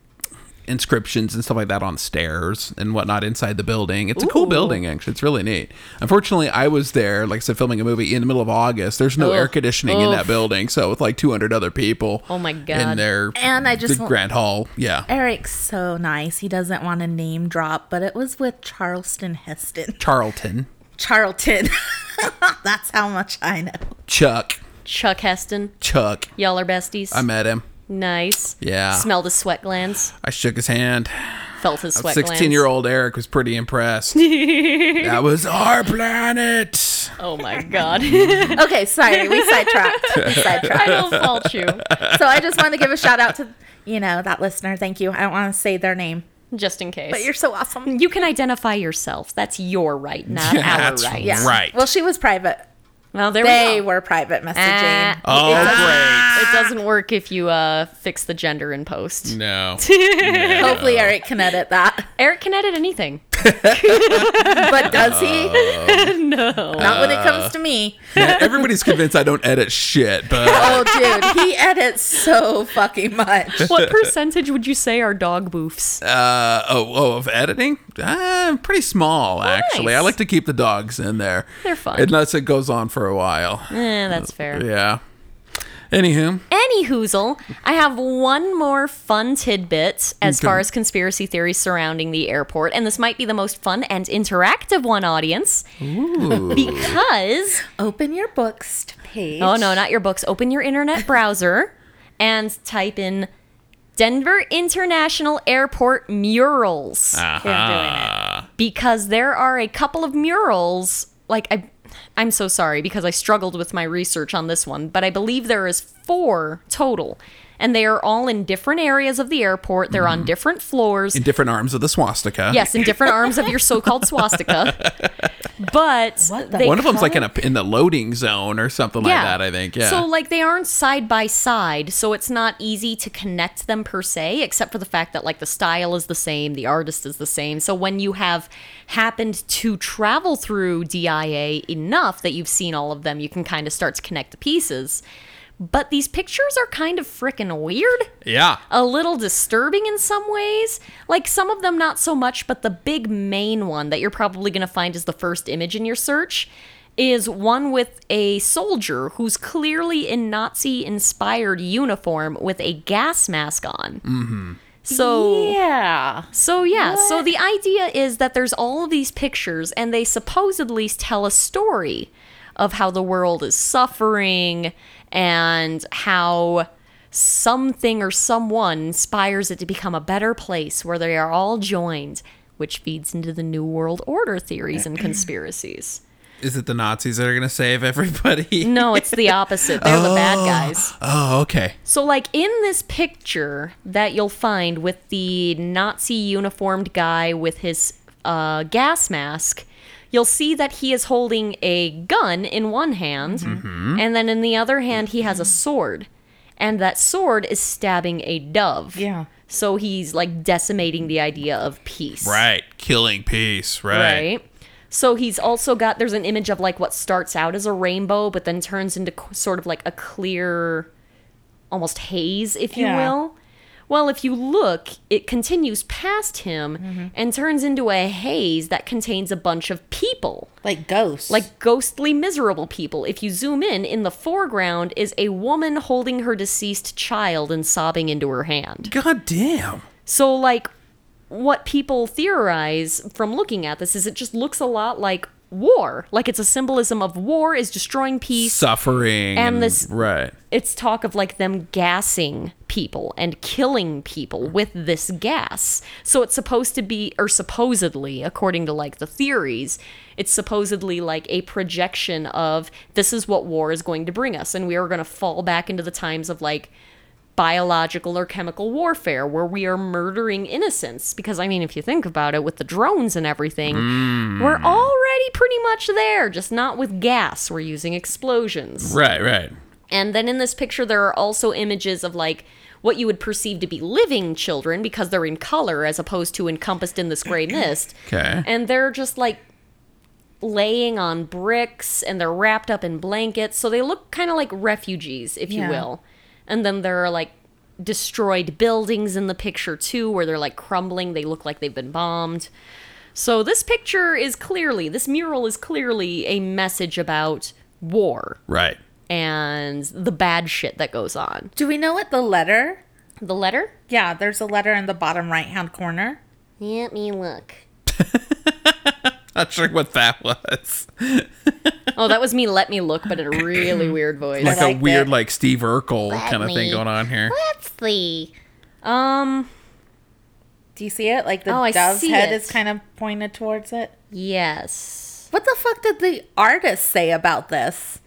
Speaker 3: inscriptions and stuff like that on stairs and whatnot inside the building. It's a cool building, actually. It's really neat. Unfortunately, I was there, like I said, filming a movie in the middle of August. There's no air conditioning in that building, so with like 200 other people.
Speaker 1: Oh my
Speaker 3: In
Speaker 1: God.
Speaker 3: their
Speaker 2: And I just
Speaker 3: the
Speaker 2: want-
Speaker 3: Grand Hall, yeah.
Speaker 2: Eric's so nice. He doesn't want to name drop, but it was with Charleston Heston.
Speaker 3: Charlton,
Speaker 2: Charlton. That's how much I know.
Speaker 3: Chuck,
Speaker 1: Chuck Heston,
Speaker 3: Chuck.
Speaker 1: y'all are besties.
Speaker 3: I met him.
Speaker 1: nice.
Speaker 3: Yeah.
Speaker 1: Smelled his sweat glands,
Speaker 3: I shook his hand.
Speaker 1: felt his sweat glands.
Speaker 3: 16 year old Eric was pretty impressed. that was our planet.
Speaker 1: Oh my God.
Speaker 2: Okay, sorry, we sidetracked. We sidetracked.
Speaker 1: I don't fault you.
Speaker 2: So I just want to give a shout out to you know that listener. Thank you. I don't want to say their name,
Speaker 1: Just in case.
Speaker 2: but you're so awesome.
Speaker 1: You can identify yourself. That's your right, not
Speaker 3: That's
Speaker 1: our right.
Speaker 3: right. Right.
Speaker 2: Well, she was private.
Speaker 1: Well, there
Speaker 2: They
Speaker 1: we go.
Speaker 2: were private
Speaker 1: Ah,
Speaker 2: messaging.
Speaker 3: Oh, great.
Speaker 1: It doesn't work if you uh, fix the gender in post.
Speaker 3: No.
Speaker 2: Hopefully, Eric can edit that.
Speaker 1: Eric can edit anything.
Speaker 2: But does he? no. Not when it comes to me.
Speaker 3: Everybody's convinced I don't edit shit, but
Speaker 2: Oh, dude, he edits so fucking much.
Speaker 1: What percentage would you say are dog boofs?
Speaker 3: uh, oh, oh, of editing, uh, pretty small actually. I
Speaker 1: nice.
Speaker 3: like to keep the dogs in there.
Speaker 1: They're fun.
Speaker 3: unless it goes on for a while.
Speaker 1: eh, that's fair.
Speaker 3: Yeah. Anywho,
Speaker 1: Any hoozle, I have one more fun tidbit as
Speaker 3: Okay.
Speaker 1: far as conspiracy theories surrounding the airport, and this might be the most fun and interactive one, audience, because
Speaker 2: Open your books to page.
Speaker 1: Oh no, not your books. Open your internet browser and type in Denver International Airport murals
Speaker 3: Ah.
Speaker 1: because there are a couple of murals like I I'm so sorry because I struggled with my research on this one, but I believe there is four total. And they are all in different areas of the airport. They're on different floors.
Speaker 3: Mm-hmm. in different arms of the swastika.
Speaker 1: yes, in different arms of your so-called swastika. But
Speaker 2: What the-
Speaker 1: they
Speaker 3: One of them's like in
Speaker 1: come-
Speaker 3: a in the loading zone or something like that. I think. Yeah.
Speaker 1: So like they aren't side by side, so it's not easy to connect them per se, except for the fact that like the style is the same, the artist is the same. So when you have happened to travel through DIA enough that you've seen all of them, you can kind of start to connect the pieces. But these pictures are kind of freaking weird
Speaker 3: yeah.
Speaker 1: a little disturbing in some ways. Like some of them, not so much, but the big main one that you're probably going to find is the first image in your search is one with a soldier who's clearly in Nazi inspired uniform with a gas mask on. Mm-hmm. So.
Speaker 2: Yeah.
Speaker 1: So yeah, so the idea is that there's all of these pictures and they supposedly tell a story of how the world is suffering and how something or someone inspires it to become a better place where they are all joined, which feeds into the new world order theories and conspiracies.
Speaker 3: Is it the Nazis that are gonna save everybody?
Speaker 1: No, it's the opposite. They're the bad guys.
Speaker 3: Oh, okay.
Speaker 1: So, like in this picture that you'll find with the Nazi uniformed guy with his uh, gas mask, you'll see that he is holding a gun in one hand, and then in the other hand, he has a sword. And that sword is stabbing a dove.
Speaker 2: Yeah.
Speaker 1: So he's like decimating the idea of peace.
Speaker 3: Right. Killing peace. Right.
Speaker 1: Right. So he's also got there's an image of like what starts out as a rainbow, but then turns into c- sort of like a clear, almost haze, if you
Speaker 2: Yeah.
Speaker 1: will. Well, if you look, it continues past him and turns into a haze that contains a bunch of people,
Speaker 2: Like ghosts.
Speaker 1: like ghostly, miserable people. If you zoom in, in the foreground is a woman holding her deceased child and sobbing into her hand.
Speaker 3: God damn.
Speaker 1: So, like, what people theorize from looking at this is it just looks a lot like war. Like, it's a symbolism of war is destroying peace.
Speaker 3: Suffering.
Speaker 1: And this-
Speaker 3: Right.
Speaker 1: It's talk of like them gassing people and killing people with this gas. So, it's supposed to be, or supposedly, according to like the theories, it's supposedly like a projection of this is what war is going to bring us. And we are going to fall back into the times of like, biological or chemical warfare where we are murdering innocents because i mean if you think about it with the drones and everything we're already pretty much there just not with gas we're using explosions
Speaker 3: Right. Right.
Speaker 1: and then in this picture there are also images of like what you would perceive to be living children because they're in color as opposed to encompassed in this gray mist
Speaker 3: Okay.
Speaker 1: and they're just like laying on bricks and they're wrapped up in blankets so they look kind of like refugees if you
Speaker 2: Yeah.
Speaker 1: will and then there are like destroyed buildings in the picture too where they're like crumbling they look like they've been bombed so this picture is clearly this mural is clearly a message about war
Speaker 3: right.
Speaker 1: and the bad shit that goes on
Speaker 2: Do we know what the letter?
Speaker 1: the letter
Speaker 2: Yeah, there's a letter in the bottom right hand corner.
Speaker 1: let me look
Speaker 3: Not sure what that was.
Speaker 1: oh that was me let me look but in a really weird voice
Speaker 3: Like,
Speaker 2: like
Speaker 3: a
Speaker 2: that.
Speaker 3: weird, like Steve Urkel kind of
Speaker 1: me-
Speaker 3: thing going on here.
Speaker 1: let's see um
Speaker 2: Do you see it? Like the
Speaker 1: Oh, I
Speaker 2: dove's
Speaker 1: see
Speaker 2: head
Speaker 1: it.
Speaker 2: is kind of pointed towards it.
Speaker 1: Yes.
Speaker 2: What the fuck did the artist say about this?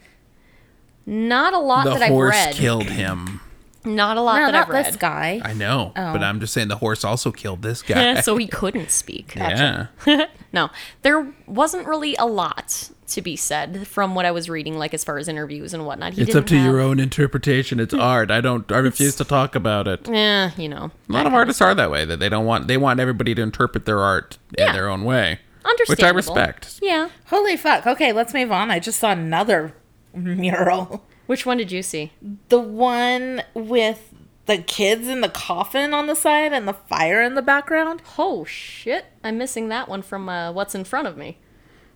Speaker 1: Not a lot
Speaker 3: The
Speaker 1: that I've
Speaker 3: horse
Speaker 1: read.
Speaker 3: killed him.
Speaker 1: Not a lot
Speaker 2: No,
Speaker 1: that
Speaker 2: not
Speaker 1: I've read.
Speaker 2: this guy.
Speaker 3: I know,
Speaker 1: Oh.
Speaker 3: but I'm just saying the horse also killed this guy.
Speaker 1: so he couldn't speak.
Speaker 3: yeah.
Speaker 1: No, there wasn't really a lot to be said from what I was reading, like as far as interviews and whatnot. He
Speaker 3: It's
Speaker 1: didn't
Speaker 3: up to
Speaker 1: have, Hmm.
Speaker 3: your own interpretation. It's art. I don't. I refuse to talk about it.
Speaker 1: Yeah, Eh, you know,
Speaker 3: A lot of artists are that way. That they don't want. They want everybody to interpret their art in
Speaker 1: Yeah.
Speaker 3: their own way, which I
Speaker 1: understandable.
Speaker 3: respect.
Speaker 1: Yeah.
Speaker 2: Holy fuck. Okay, let's move on. I just saw another mural.
Speaker 1: Which one did you see?
Speaker 2: The one with the kids in the coffin on the side and the fire in the background.
Speaker 1: Oh shit! I'm missing that one from uh, what's in front of me.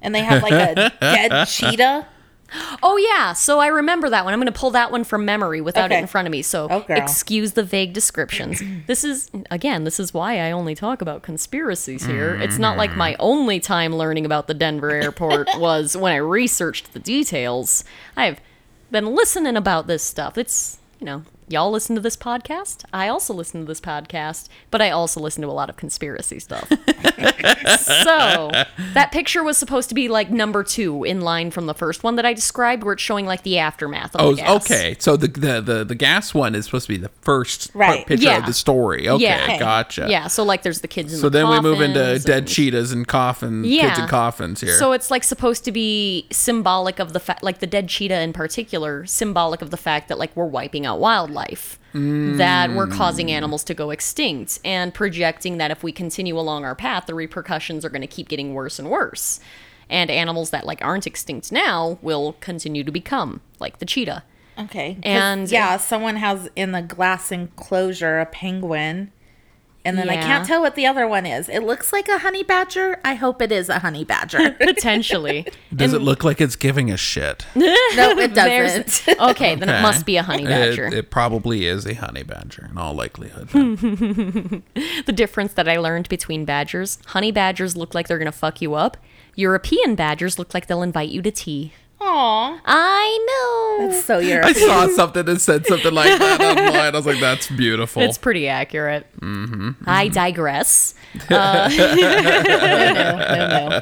Speaker 2: And they have like a dead cheetah.
Speaker 1: Oh yeah, so I remember that one. I'm going to pull that one from memory without it
Speaker 2: Okay.
Speaker 1: in front of me. So
Speaker 2: Oh, girl.
Speaker 1: excuse the vague descriptions. this is again, this is why I only talk about conspiracies here. It's not
Speaker 2: Mm.
Speaker 1: like my only time learning about the Denver airport was when I researched the details. I've been listening about this stuff. It's, you know, Y'all listen to this podcast. I also listen to this podcast, but I also listen to a lot of conspiracy stuff. so that picture was supposed to be like number two in line from the first one that I described, where it's showing like the aftermath. Of
Speaker 3: Oh,
Speaker 1: the gas.
Speaker 3: okay. So the, the the the gas one is supposed to be the first part-
Speaker 2: Right.
Speaker 3: picture
Speaker 1: Yeah.
Speaker 3: of the story. Okay,
Speaker 1: Yeah.
Speaker 3: gotcha.
Speaker 1: Yeah, so like there's the kids in
Speaker 3: So
Speaker 1: the
Speaker 3: then we move into
Speaker 1: coffins
Speaker 3: dead
Speaker 1: and-
Speaker 3: cheetahs and coffin kids
Speaker 1: Yeah.
Speaker 3: and coffins here.
Speaker 1: So it's like supposed to be symbolic of the fact, like the dead cheetah in particular, symbolic of the fact that like we're wiping out wildlife, that we're
Speaker 3: Mm.
Speaker 1: causing animals to go extinct, and projecting that if we continue along our path, the repercussions are going to keep getting worse and worse, and animals that like aren't extinct now will continue to become like the cheetah.
Speaker 2: Okay. 'Cause,
Speaker 1: And-
Speaker 2: yeah, someone has in the glass enclosure a penguin. And then I
Speaker 1: Yeah.
Speaker 2: can't tell what the other one is. It looks like a honey badger. I hope it is a honey badger.
Speaker 1: Potentially,
Speaker 3: Does it look like it's giving a shit?
Speaker 2: no, it
Speaker 1: There's-
Speaker 2: doesn't.
Speaker 1: okay, then it
Speaker 3: Okay.
Speaker 1: must be a honey
Speaker 3: It-
Speaker 1: badger.
Speaker 3: It, probably is a honey badger in all likelihood.
Speaker 1: Hmm.
Speaker 3: then.
Speaker 1: the difference that I learned between badgers. Honey badgers look like they're gonna fuck you up. European badgers look like they'll invite you to tea.
Speaker 2: Aw.
Speaker 1: I know.
Speaker 2: So you're
Speaker 3: I saw something that said something like that online. I was like, "That's beautiful."
Speaker 1: It's pretty accurate. Mm-hmm, I digress. Uh, no, no, no, no.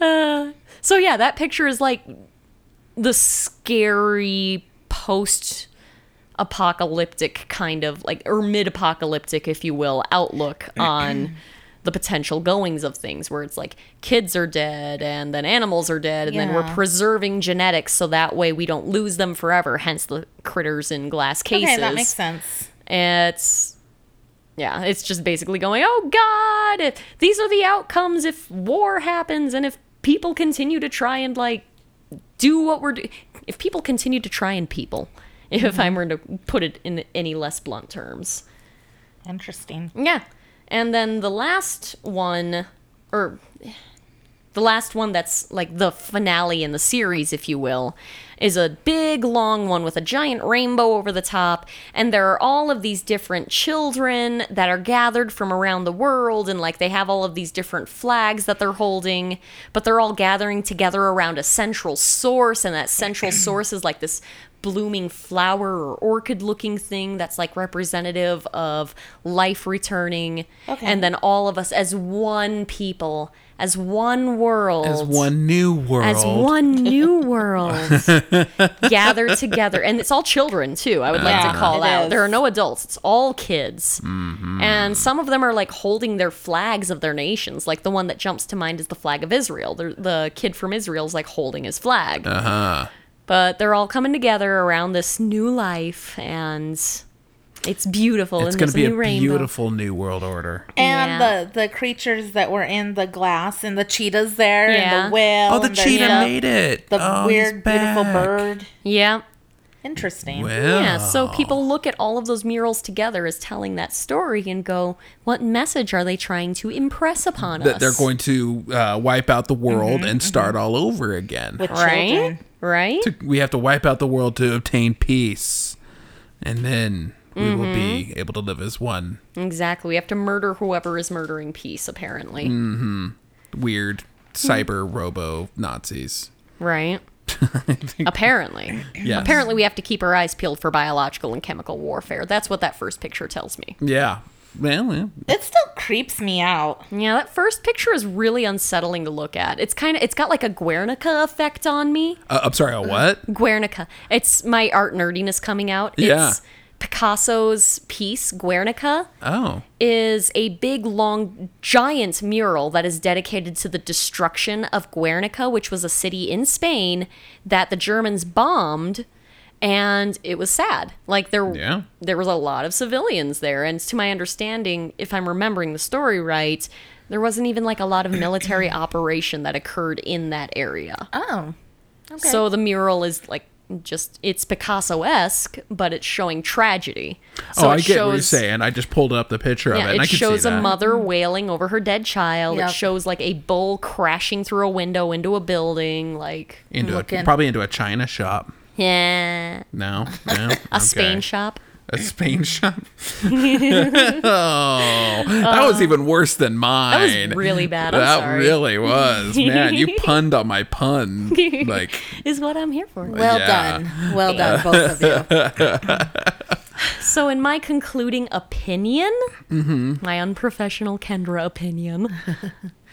Speaker 1: Uh, so yeah, that picture is like the scary post apocalyptic kind of like or mid-apocalyptic if you will outlook on the potential goings of things where it's like kids are dead and then animals are dead and then we're
Speaker 2: Yeah.
Speaker 1: preserving genetics so that way we don't lose them forever hence the critters in glass cases
Speaker 2: Okay, that makes sense.
Speaker 1: it's yeah, it's just basically going, oh God, if- these are the outcomes if war happens and if people continue to try and like do what we're doing. If people continue to try and people, if I were to put it in any less blunt terms.
Speaker 2: Interesting.
Speaker 1: Yeah. And then the last one, or the last one that's like the finale in the series, if you will, is a big long one with a giant rainbow over the top. And there are all of these different children that are gathered from around the world. And like they have all of these different flags that they're holding, but they're all gathering together around a central source. And that central source is like this blooming flower or orchid looking thing that's like representative of life returning.
Speaker 2: Okay.
Speaker 1: And then all of us as one people, as one world,
Speaker 3: as one new world.
Speaker 1: as one new world gather together. And it's all children too, I would like
Speaker 2: Yeah,
Speaker 1: to call
Speaker 2: it
Speaker 1: out.
Speaker 2: is.
Speaker 1: There are no adults, it's all kids.
Speaker 3: Mm-hmm.
Speaker 1: And some of them are like holding their flags of their nations. Like the one that jumps to mind is the flag of Israel. The, the kid from Israel's like holding his flag
Speaker 3: Uh-huh.
Speaker 1: but they're all coming together around this new life and it's beautiful
Speaker 3: It's
Speaker 1: and there's
Speaker 3: going to be
Speaker 1: a
Speaker 3: a
Speaker 1: new rainbow.
Speaker 3: beautiful new world order.
Speaker 2: And
Speaker 1: Yeah.
Speaker 2: the the creatures that were in the glass and the cheetahs there
Speaker 1: Yeah.
Speaker 2: and the whale.
Speaker 3: Oh, the
Speaker 2: and
Speaker 3: cheetah
Speaker 2: you know,
Speaker 3: made it.
Speaker 2: The
Speaker 3: Oh, he's
Speaker 2: weird, beautiful
Speaker 3: back.
Speaker 2: bird.
Speaker 1: yeah
Speaker 2: Interesting.
Speaker 3: Well,
Speaker 1: yeah so people look at all of those murals together as telling that story and go what message are they trying to impress upon
Speaker 3: that
Speaker 1: us
Speaker 3: they're going to uh, wipe out the world
Speaker 1: Mm-hmm,
Speaker 3: and start all over again.
Speaker 2: With
Speaker 1: right
Speaker 2: children.
Speaker 1: right
Speaker 3: we have to wipe out the world to obtain peace, and then we will be
Speaker 1: Mm-hmm.
Speaker 3: able to live as one.
Speaker 1: exactly we have to murder whoever is murdering peace apparently
Speaker 3: Mm. Weird
Speaker 1: Mm-hmm.
Speaker 3: cyber robo Nazis.
Speaker 1: right apparently
Speaker 3: Yes.
Speaker 1: apparently we have to keep our eyes peeled for biological and chemical warfare that's what that first picture tells me
Speaker 3: Yeah. Well, yeah.
Speaker 2: It still creeps me out.
Speaker 1: Yeah, that first picture is really unsettling to look at. It's kind of it's got like a Guernica effect on me.
Speaker 3: Uh, I'm sorry. A what?
Speaker 1: Guernica. It's my art nerdiness coming out.
Speaker 3: Yeah.
Speaker 1: It's Picasso's piece Guernica
Speaker 3: Oh,
Speaker 1: is a big long giant mural that is dedicated to the destruction of Guernica, which was a city in Spain that the Germans bombed and it was sad. Like there
Speaker 3: Yeah.
Speaker 1: there was a lot of civilians there and to my understanding if i'm remembering the story right there wasn't even like a lot of military operation that occurred in that area
Speaker 2: Oh. Okay.
Speaker 1: so the mural is like just it's picasso-esque but it's showing tragedy so
Speaker 3: oh, I
Speaker 1: it
Speaker 3: get what you're saying. I just pulled up the picture of it.
Speaker 1: yeah,
Speaker 3: and
Speaker 1: it
Speaker 3: I can
Speaker 1: shows
Speaker 3: see
Speaker 1: a
Speaker 3: that.
Speaker 1: mother wailing over her dead child.
Speaker 2: Yep.
Speaker 1: It shows like a bull crashing through a window into a building. Like,
Speaker 3: into a,
Speaker 2: looking.
Speaker 3: probably into a China shop.
Speaker 1: yeah,
Speaker 3: No, no. a
Speaker 1: a Spain shop.
Speaker 3: A Spain shop. oh, that
Speaker 1: Uh,
Speaker 3: was even worse than mine.
Speaker 1: really bad. I'm
Speaker 3: that
Speaker 1: sorry.
Speaker 3: really was, man. You punned on my pun. Like,
Speaker 1: Is what I'm here for.
Speaker 2: well
Speaker 3: yeah.
Speaker 2: done. Well done, both of you.
Speaker 1: So, in my concluding opinion,
Speaker 3: Mm-hmm.
Speaker 1: my unprofessional Kendra opinion,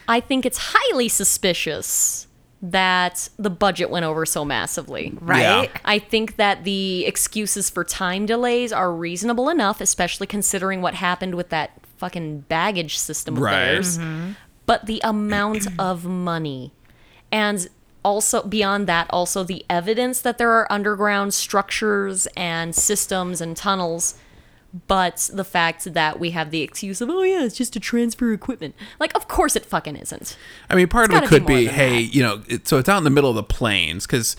Speaker 1: I think it's highly suspicious that the budget went over so massively.
Speaker 2: Right?
Speaker 3: Yeah.
Speaker 1: I think that the excuses for time delays are reasonable enough, especially considering what happened with that fucking baggage system of
Speaker 3: Right. Mm-hmm.
Speaker 1: theirs. But the amount of money. And also, beyond that, also the evidence that there are underground structures and systems and tunnels. But the fact that we have the excuse of, oh, yeah, it's just to transfer equipment. Like, of course it fucking isn't.
Speaker 3: I mean, part
Speaker 1: It's
Speaker 3: of it
Speaker 1: gotta be
Speaker 3: could
Speaker 1: more
Speaker 3: be,
Speaker 1: than
Speaker 3: hey, you know, it, so it's out in the middle of the plains because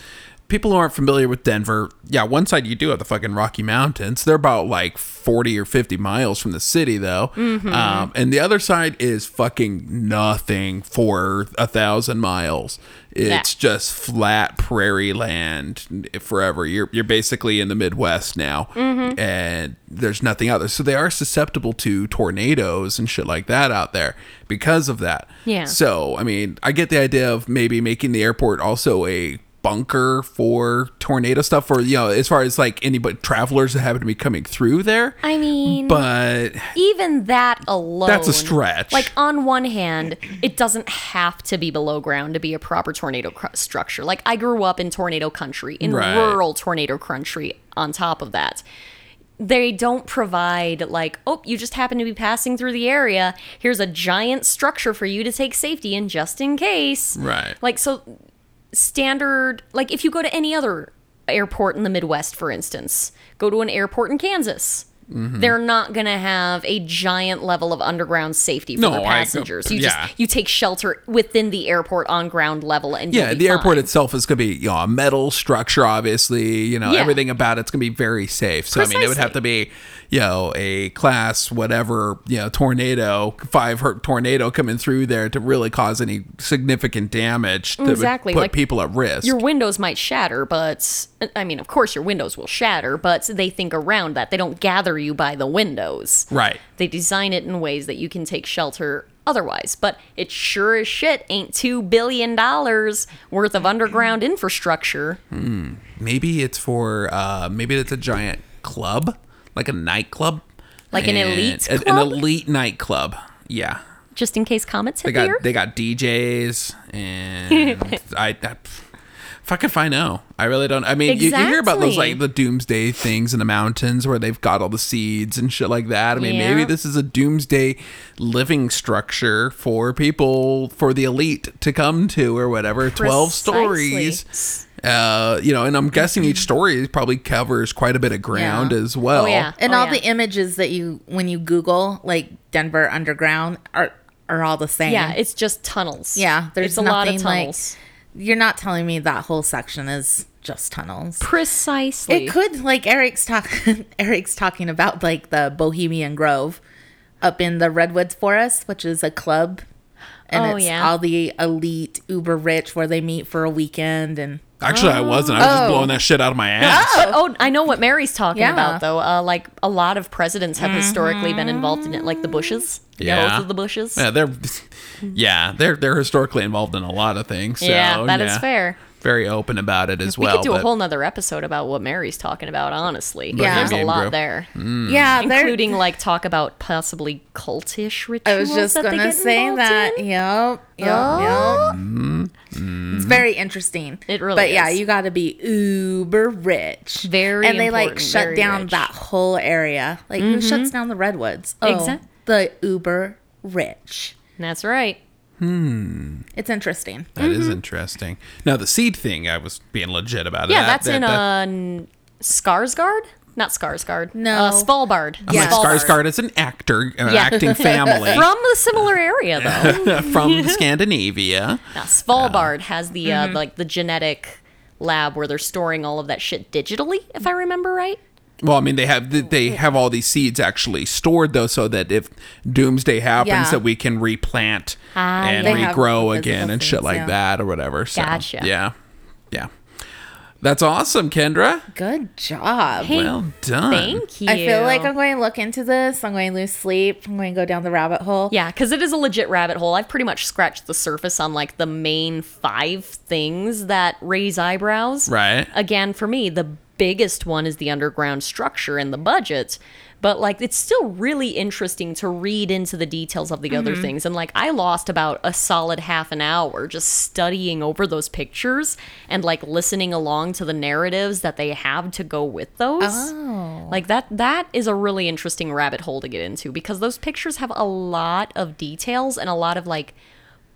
Speaker 3: people who aren't familiar with Denver, yeah, one side you do have the fucking Rocky Mountains. They're about like 40 or 50 miles from the city, though.
Speaker 1: Mm-hmm.
Speaker 3: Um, and the other side is fucking nothing for a thousand miles. It's just flat prairie land forever. You're you're basically in the Midwest now,
Speaker 1: Mm-hmm.
Speaker 3: and there's nothing out there. So they are susceptible to tornadoes and shit like that out there because of that.
Speaker 1: Yeah.
Speaker 3: So, I mean, I get the idea of maybe making the airport also a bunker for tornado stuff for, you know, as far as like any but travelers that happen to be coming through there.
Speaker 1: I mean,
Speaker 3: but
Speaker 1: even that alone
Speaker 3: That's a stretch.
Speaker 1: like on one hand it doesn't have to be below ground to be a proper tornado cr- structure like i grew up in tornado country in
Speaker 3: Right.
Speaker 1: rural tornado country on top of that they don't provide like oh you just happen to be passing through the area here's a giant structure for you to take safety in just in case
Speaker 3: Right.
Speaker 1: like so standard like if you go to any other airport in the midwest for instance go to an airport in kansas
Speaker 3: Mm-hmm.
Speaker 1: they're not going to have a giant level of underground safety for
Speaker 3: No,
Speaker 1: their
Speaker 3: I-
Speaker 1: passengers you
Speaker 3: yeah.
Speaker 1: just you take shelter within the airport on ground level and
Speaker 3: yeah,
Speaker 1: you'll be
Speaker 3: the airport
Speaker 1: fine.
Speaker 3: itself is going to be, you know, a metal structure, obviously, you know,
Speaker 1: Yeah.
Speaker 3: everything about it's going to be very safe. So, I mean, it would have to be, you know, a class, whatever, you know, tornado, five hurt tornado coming through there to really cause any significant damage that
Speaker 1: Exactly,
Speaker 3: would put
Speaker 1: like,
Speaker 3: people at risk.
Speaker 1: your windows might shatter but i mean of course your windows will shatter but they think around that they don't gather you by the windows
Speaker 3: Right.
Speaker 1: they design it in ways that you can take shelter otherwise but it sure as shit ain't two billion dollars worth of underground infrastructure
Speaker 3: Maybe it's for uh maybe it's a giant club, like a nightclub.
Speaker 1: Like an
Speaker 3: And-
Speaker 1: elite
Speaker 3: an-
Speaker 1: club?
Speaker 3: An elite nightclub. Yeah.
Speaker 1: just in case comets
Speaker 3: They
Speaker 1: hit
Speaker 3: got
Speaker 1: there
Speaker 3: they got DJs and I, I fuck if I know. I really don't. I mean, you, you hear about those
Speaker 1: Exactly.
Speaker 3: like the doomsday things in the mountains where they've got all the seeds and shit like that. I mean,
Speaker 1: Yeah.
Speaker 3: maybe this is a doomsday living structure for people for the elite to come to or whatever. Twelve
Speaker 1: Precisely.
Speaker 3: stories. Uh, you know, and I'm guessing each story probably covers quite a bit of ground
Speaker 2: Yeah.
Speaker 3: as well.
Speaker 1: Mm-hmm. Oh, yeah.
Speaker 2: And
Speaker 1: Oh,
Speaker 2: all
Speaker 1: yeah.
Speaker 2: the images that you when you Google like Denver Underground are are all the same.
Speaker 1: yeah it's just tunnels
Speaker 2: yeah. There's
Speaker 1: it's a lot of
Speaker 2: nothing, like-
Speaker 1: tunnels
Speaker 2: You're not telling me that whole section is just tunnels.
Speaker 1: precisely
Speaker 2: It could like Eric's talk Eric's talking about like the Bohemian Grove up in the Redwoods Forest, which is a club. And
Speaker 1: Oh,
Speaker 2: it's
Speaker 1: yeah.
Speaker 2: all the elite, uber rich where they meet for a weekend and
Speaker 3: Actually, I wasn't. I was just blowing that shit out of my ass.
Speaker 1: Oh, I know what Mary's talking
Speaker 2: Yeah. Mm-hmm.
Speaker 1: about though. Uh, like a lot of presidents have historically been involved in it, like the Bushes.
Speaker 3: Yeah.
Speaker 1: both of the Bushes.
Speaker 3: Yeah, they're yeah, they're they're historically involved in a lot of things. So,
Speaker 1: Yeah, that is
Speaker 3: yeah.
Speaker 1: fair.
Speaker 3: Very open about it as
Speaker 1: We
Speaker 3: well.
Speaker 1: could do a
Speaker 3: but-
Speaker 1: whole nother episode about what Mary's talking about. Honestly,
Speaker 2: Yeah.
Speaker 1: there's a
Speaker 3: Bohemian
Speaker 1: lot
Speaker 3: Grove.
Speaker 1: there,
Speaker 2: yeah, they're-
Speaker 1: including like talk about possibly cultish rituals.
Speaker 2: I was just
Speaker 1: that they
Speaker 2: gonna
Speaker 1: get
Speaker 2: say
Speaker 1: involved
Speaker 2: that.
Speaker 1: in.
Speaker 2: Yep. Yep.
Speaker 1: Oh.
Speaker 2: Yep. It's very interesting.
Speaker 1: It really
Speaker 2: But yeah,
Speaker 1: is.
Speaker 2: you got to be uber rich.
Speaker 1: Very
Speaker 2: And they like
Speaker 1: important,
Speaker 2: shut
Speaker 1: very
Speaker 2: down
Speaker 1: rich. Mm-hmm.
Speaker 2: that whole area. Like who shuts down the redwoods? Oh,
Speaker 1: Exac-
Speaker 2: the uber rich.
Speaker 1: That's right.
Speaker 2: It's interesting.
Speaker 3: That
Speaker 1: Mm-hmm.
Speaker 3: is interesting. Now the seed thing, I was being legit about.
Speaker 1: Yeah,
Speaker 3: that,
Speaker 1: that's
Speaker 3: that,
Speaker 1: in
Speaker 3: that-
Speaker 1: uh, n- Skarsgård, not Skarsgård.
Speaker 2: No.
Speaker 1: uh, Svalbard.
Speaker 3: I'm like
Speaker 2: yes.
Speaker 3: Skarsgård is an actor, an
Speaker 1: Yeah.
Speaker 3: acting family
Speaker 1: From the similar area though.
Speaker 3: from Scandinavia.
Speaker 1: Now, Svalbard has the uh,
Speaker 2: Mm-hmm.
Speaker 1: like the genetic lab where they're storing all of that shit digitally, if I remember right.
Speaker 3: Well, I mean, they have they have all these seeds actually stored though, so that if doomsday happens,
Speaker 2: Yeah.
Speaker 3: that we can replant
Speaker 1: Ah,
Speaker 3: and
Speaker 1: They
Speaker 2: have
Speaker 3: regrow
Speaker 2: physical
Speaker 3: again and shit
Speaker 2: seeds,
Speaker 3: like
Speaker 2: yeah.
Speaker 3: that or whatever. So,
Speaker 1: Gotcha.
Speaker 3: Yeah, yeah. That's awesome, Kendra.
Speaker 2: Good job.
Speaker 1: Hey,
Speaker 3: Well done.
Speaker 1: thank you.
Speaker 2: I feel like I'm going to look into this. I'm going to lose sleep. I'm going to go down the rabbit hole.
Speaker 1: yeah, because it is a legit rabbit hole. I've pretty much scratched the surface on like the main five things that raise eyebrows.
Speaker 3: Right.
Speaker 2: Uh,
Speaker 1: Again, for me, the biggest one is the underground structure and the budget but like it's still really interesting to read into the details of the other things and like i lost about a solid half an hour just studying over those pictures and like listening along to the narratives that they have to go with those
Speaker 2: Oh.
Speaker 1: like that that is a really interesting rabbit hole to get into because those pictures have a lot of details and a lot of like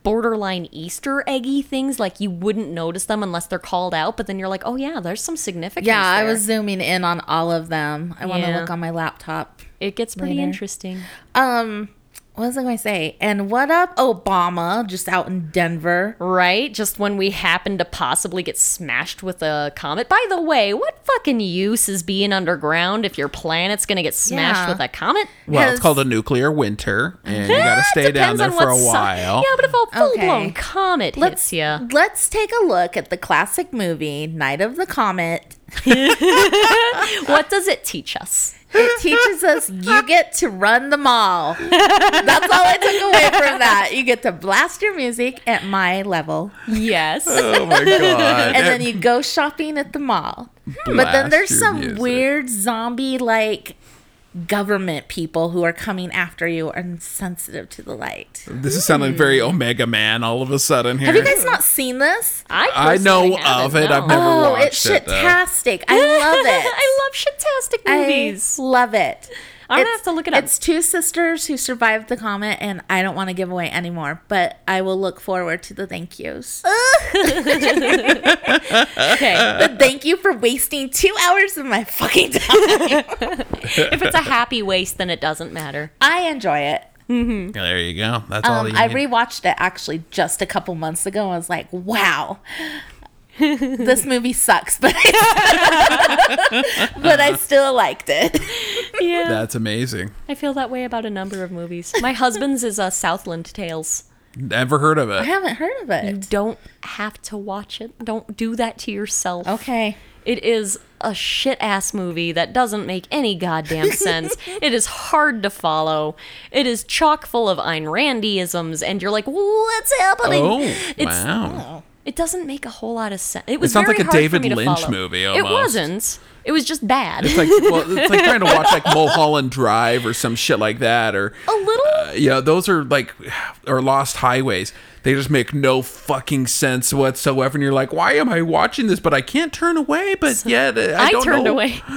Speaker 1: borderline Easter eggy things like you wouldn't notice them unless they're called out, but then you're like, "Oh yeah, there's some significance."
Speaker 2: Yeah, I
Speaker 1: there."
Speaker 2: was zooming in on all of them. I want to
Speaker 1: Yeah.
Speaker 2: look on my laptop.
Speaker 1: It gets pretty
Speaker 2: later.
Speaker 1: interesting.
Speaker 2: Um, what was I going to say? And what up, Obama? Just out in Denver.
Speaker 1: Right? Just when we happen to possibly get smashed with a comet. By the way, what fucking use is being underground if your planet's going to get smashed
Speaker 2: Yeah.
Speaker 1: with a comet?
Speaker 3: Well, it's
Speaker 2: Has-
Speaker 3: called a nuclear winter, and you gotta stay down
Speaker 1: Depends
Speaker 3: there
Speaker 1: on
Speaker 3: for a
Speaker 1: what sun-
Speaker 3: while.
Speaker 1: Yeah, but if a full blown
Speaker 2: Okay.
Speaker 1: comet
Speaker 2: Let's
Speaker 1: hits you,
Speaker 2: let's take a look at the classic movie Night of the Comet.
Speaker 1: what does it teach us?
Speaker 2: It teaches us you get to run the mall. That's all I took away from that. You get to blast your music at my level,
Speaker 1: Yes.
Speaker 3: Oh my god! Eh,
Speaker 2: and then you go shopping at the mall. but then
Speaker 3: blast
Speaker 2: there's
Speaker 3: your
Speaker 2: some
Speaker 3: music.
Speaker 2: weird zombie like government people who are coming after you and sensitive to the light.
Speaker 3: This is sounding very Omega Man all of a sudden here.
Speaker 2: Hmm. Have you guys not seen this?
Speaker 1: I,
Speaker 3: I know
Speaker 1: personally haven't,
Speaker 3: of it.
Speaker 1: no.
Speaker 3: I've never
Speaker 2: Oh,
Speaker 3: watched
Speaker 2: it's
Speaker 3: it. though.
Speaker 2: shitastic. I love it.
Speaker 1: I love shitastic movies.
Speaker 2: I love it.
Speaker 1: I'm gonna
Speaker 2: It's-
Speaker 1: have to look it up.
Speaker 2: It's two sisters who survived the comet, and I don't want to give away anymore, but I will look forward to the thank yous.
Speaker 1: okay.
Speaker 2: But thank you for wasting two hours of my fucking time.
Speaker 1: if it's a happy waste, then it doesn't matter.
Speaker 2: I enjoy it.
Speaker 3: There you go. That's all
Speaker 2: Um,
Speaker 3: you
Speaker 2: I
Speaker 3: need.
Speaker 2: rewatched it actually just a couple months ago. and I was like, wow, this movie sucks, but but I still liked it.
Speaker 1: Yeah.
Speaker 3: That's amazing.
Speaker 1: I feel that way about a number of movies. My husband's is uh, Southland Tales.
Speaker 3: Never heard of
Speaker 2: I
Speaker 3: it.
Speaker 2: haven't heard of
Speaker 1: You
Speaker 2: it.
Speaker 1: don't have to watch it. Don't do that to yourself.
Speaker 2: Okay.
Speaker 1: It is a shit ass movie that doesn't make any goddamn sense. it is hard to follow. It is chock full of Ayn Randyisms, and you're like, what's happening?
Speaker 3: Oh,
Speaker 1: it's,
Speaker 3: wow.
Speaker 1: It doesn't make a whole lot of sense. It was
Speaker 3: sounds
Speaker 1: very
Speaker 3: like a
Speaker 1: hard for
Speaker 3: David
Speaker 1: me to
Speaker 3: Lynch
Speaker 1: follow.
Speaker 3: movie
Speaker 1: It
Speaker 3: almost.
Speaker 1: wasn't. It was just bad.
Speaker 3: It's like well, it's like trying to watch like Mulholland Drive or some shit like that, or
Speaker 1: a little.
Speaker 3: uh, yeah, those are like or Lost Highways. They just make no fucking sense whatsoever, and you're like, why am I watching this? But I can't turn away. But yet, uh, I,
Speaker 1: I
Speaker 3: don't
Speaker 1: turned
Speaker 3: know.
Speaker 1: away.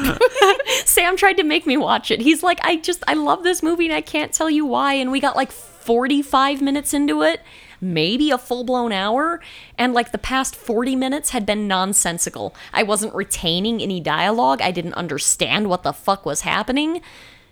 Speaker 1: Sam tried to make me watch it. He's like, I just, I love this movie and I can't tell you why. And we got like 45 minutes into it, maybe a full blown hour. And like the past 40 minutes had been nonsensical. I wasn't retaining any dialogue. I didn't understand what the fuck was happening.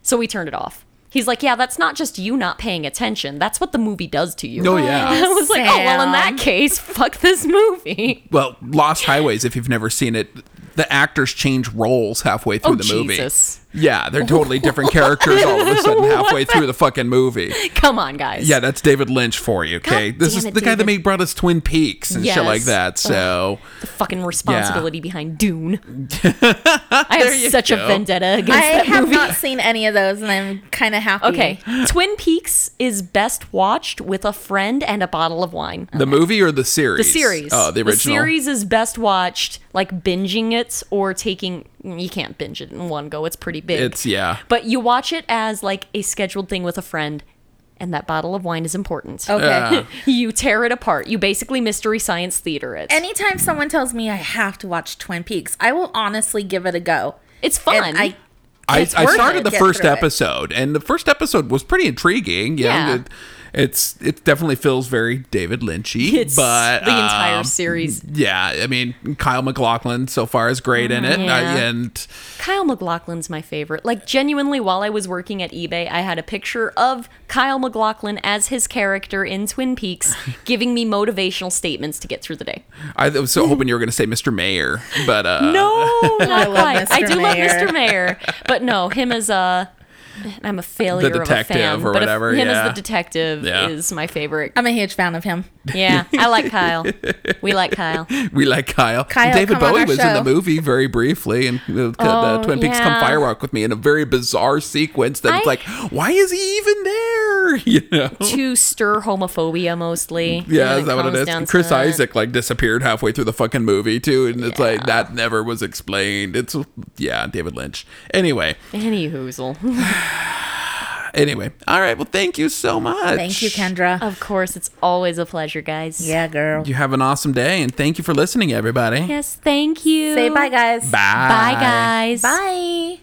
Speaker 1: So we turned it off. He's like, yeah, that's not just you not paying attention. That's what the movie does to you.
Speaker 3: Oh yeah.
Speaker 1: I was like, oh, well, in
Speaker 2: Sam.
Speaker 1: that case, fuck this movie.
Speaker 3: Well, Lost Highways. If you've never seen it, the actors change roles halfway through
Speaker 1: Oh,
Speaker 3: the movie.
Speaker 1: Jesus.
Speaker 3: Yeah, they're totally different characters all of a sudden halfway through the fucking movie.
Speaker 1: Come on, guys.
Speaker 3: Yeah, that's David Lynch for you. Okay,
Speaker 1: God
Speaker 3: this
Speaker 1: damn
Speaker 3: is
Speaker 1: it,
Speaker 3: the guy that
Speaker 1: David.
Speaker 3: made brought us Twin Peaks and shit like
Speaker 1: Yes.
Speaker 3: that. So
Speaker 1: the fucking responsibility behind Dune. I have such
Speaker 3: go.
Speaker 1: a vendetta against
Speaker 2: I
Speaker 1: that
Speaker 2: have
Speaker 1: movie.
Speaker 2: not seen any of those, and I'm kind of happy.
Speaker 1: Okay, Twin Peaks is best watched with a friend and a bottle of wine.
Speaker 3: the movie or the series?
Speaker 1: Uh-huh. The series.
Speaker 3: Oh, the original.
Speaker 1: series is best watched like binging it or taking. You can't binge it in one go. It's pretty big.
Speaker 3: It's yeah.
Speaker 1: But you watch it as like a scheduled thing with a friend, and that bottle of wine is important.
Speaker 2: Okay.
Speaker 3: Yeah.
Speaker 1: You tear it apart. You basically mystery science theater it.
Speaker 2: Anytime someone tells me I have to watch Twin Peaks, I will honestly give it a go.
Speaker 1: it's fun.
Speaker 2: And I
Speaker 3: I,
Speaker 2: It's
Speaker 3: I
Speaker 2: worth
Speaker 3: started
Speaker 2: it.
Speaker 3: the
Speaker 2: Get
Speaker 3: first
Speaker 2: through it.
Speaker 3: episode, and the first episode was pretty intriguing. You know,
Speaker 1: Yeah.
Speaker 3: it- it's it definitely feels very David Lynchy,
Speaker 1: It's
Speaker 3: but
Speaker 1: the entire
Speaker 3: um,
Speaker 1: series.
Speaker 3: Yeah, I mean Kyle McLaughlin so far is great in it, I-
Speaker 1: Yeah.
Speaker 3: and
Speaker 1: Kyle McLaughlin's my favorite. Like genuinely, while I was working at eBay, I had a picture of Kyle McLaughlin as his character in Twin Peaks, giving me motivational statements to get through the day.
Speaker 3: I was so hoping you were going to say Mr. Mayor, but uh,
Speaker 1: No, not
Speaker 2: I
Speaker 1: I
Speaker 2: love
Speaker 1: I
Speaker 2: Mr.
Speaker 1: do love
Speaker 2: Mayor.
Speaker 1: Mr. Mayor, but no, him as a and I'm a failure
Speaker 3: detective
Speaker 1: of a fan,
Speaker 3: or
Speaker 1: but if-
Speaker 3: whatever,
Speaker 1: Him
Speaker 3: yeah.
Speaker 1: as the detective
Speaker 3: Yeah.
Speaker 1: is my favorite.
Speaker 2: I'm a huge fan of him.
Speaker 1: Yeah, I like Kyle. We like Kyle.
Speaker 3: We like Kyle.
Speaker 2: Kyle,
Speaker 3: David
Speaker 2: come on
Speaker 3: Bowie
Speaker 2: our
Speaker 3: was in the
Speaker 2: show.
Speaker 3: movie very briefly, and the, the
Speaker 1: Oh,
Speaker 3: Twin Peaks
Speaker 1: yeah.
Speaker 3: come firewalk with me in a very bizarre sequence. That's
Speaker 1: I-
Speaker 3: like, why is he even there? You know.
Speaker 1: To stir homophobia mostly.
Speaker 3: Yeah,
Speaker 1: when
Speaker 3: is that what
Speaker 1: comes
Speaker 3: it
Speaker 1: down
Speaker 3: is?
Speaker 1: to
Speaker 3: Chris
Speaker 1: that.
Speaker 3: Isaac like disappeared halfway through the fucking movie too, and it's like that never was explained. It's yeah, David Lynch. Anyway,
Speaker 1: Any hoozle.
Speaker 3: anyway, all right. Well, thank you so much.
Speaker 2: Thank you, Kendra.
Speaker 1: of course, it's always a pleasure, guys.
Speaker 2: Yeah, girl.
Speaker 3: You have an awesome day, and thank you for listening, everybody.
Speaker 1: Yes, thank you.
Speaker 2: Say bye, guys.
Speaker 3: Bye.
Speaker 1: Bye, guys.
Speaker 2: Bye.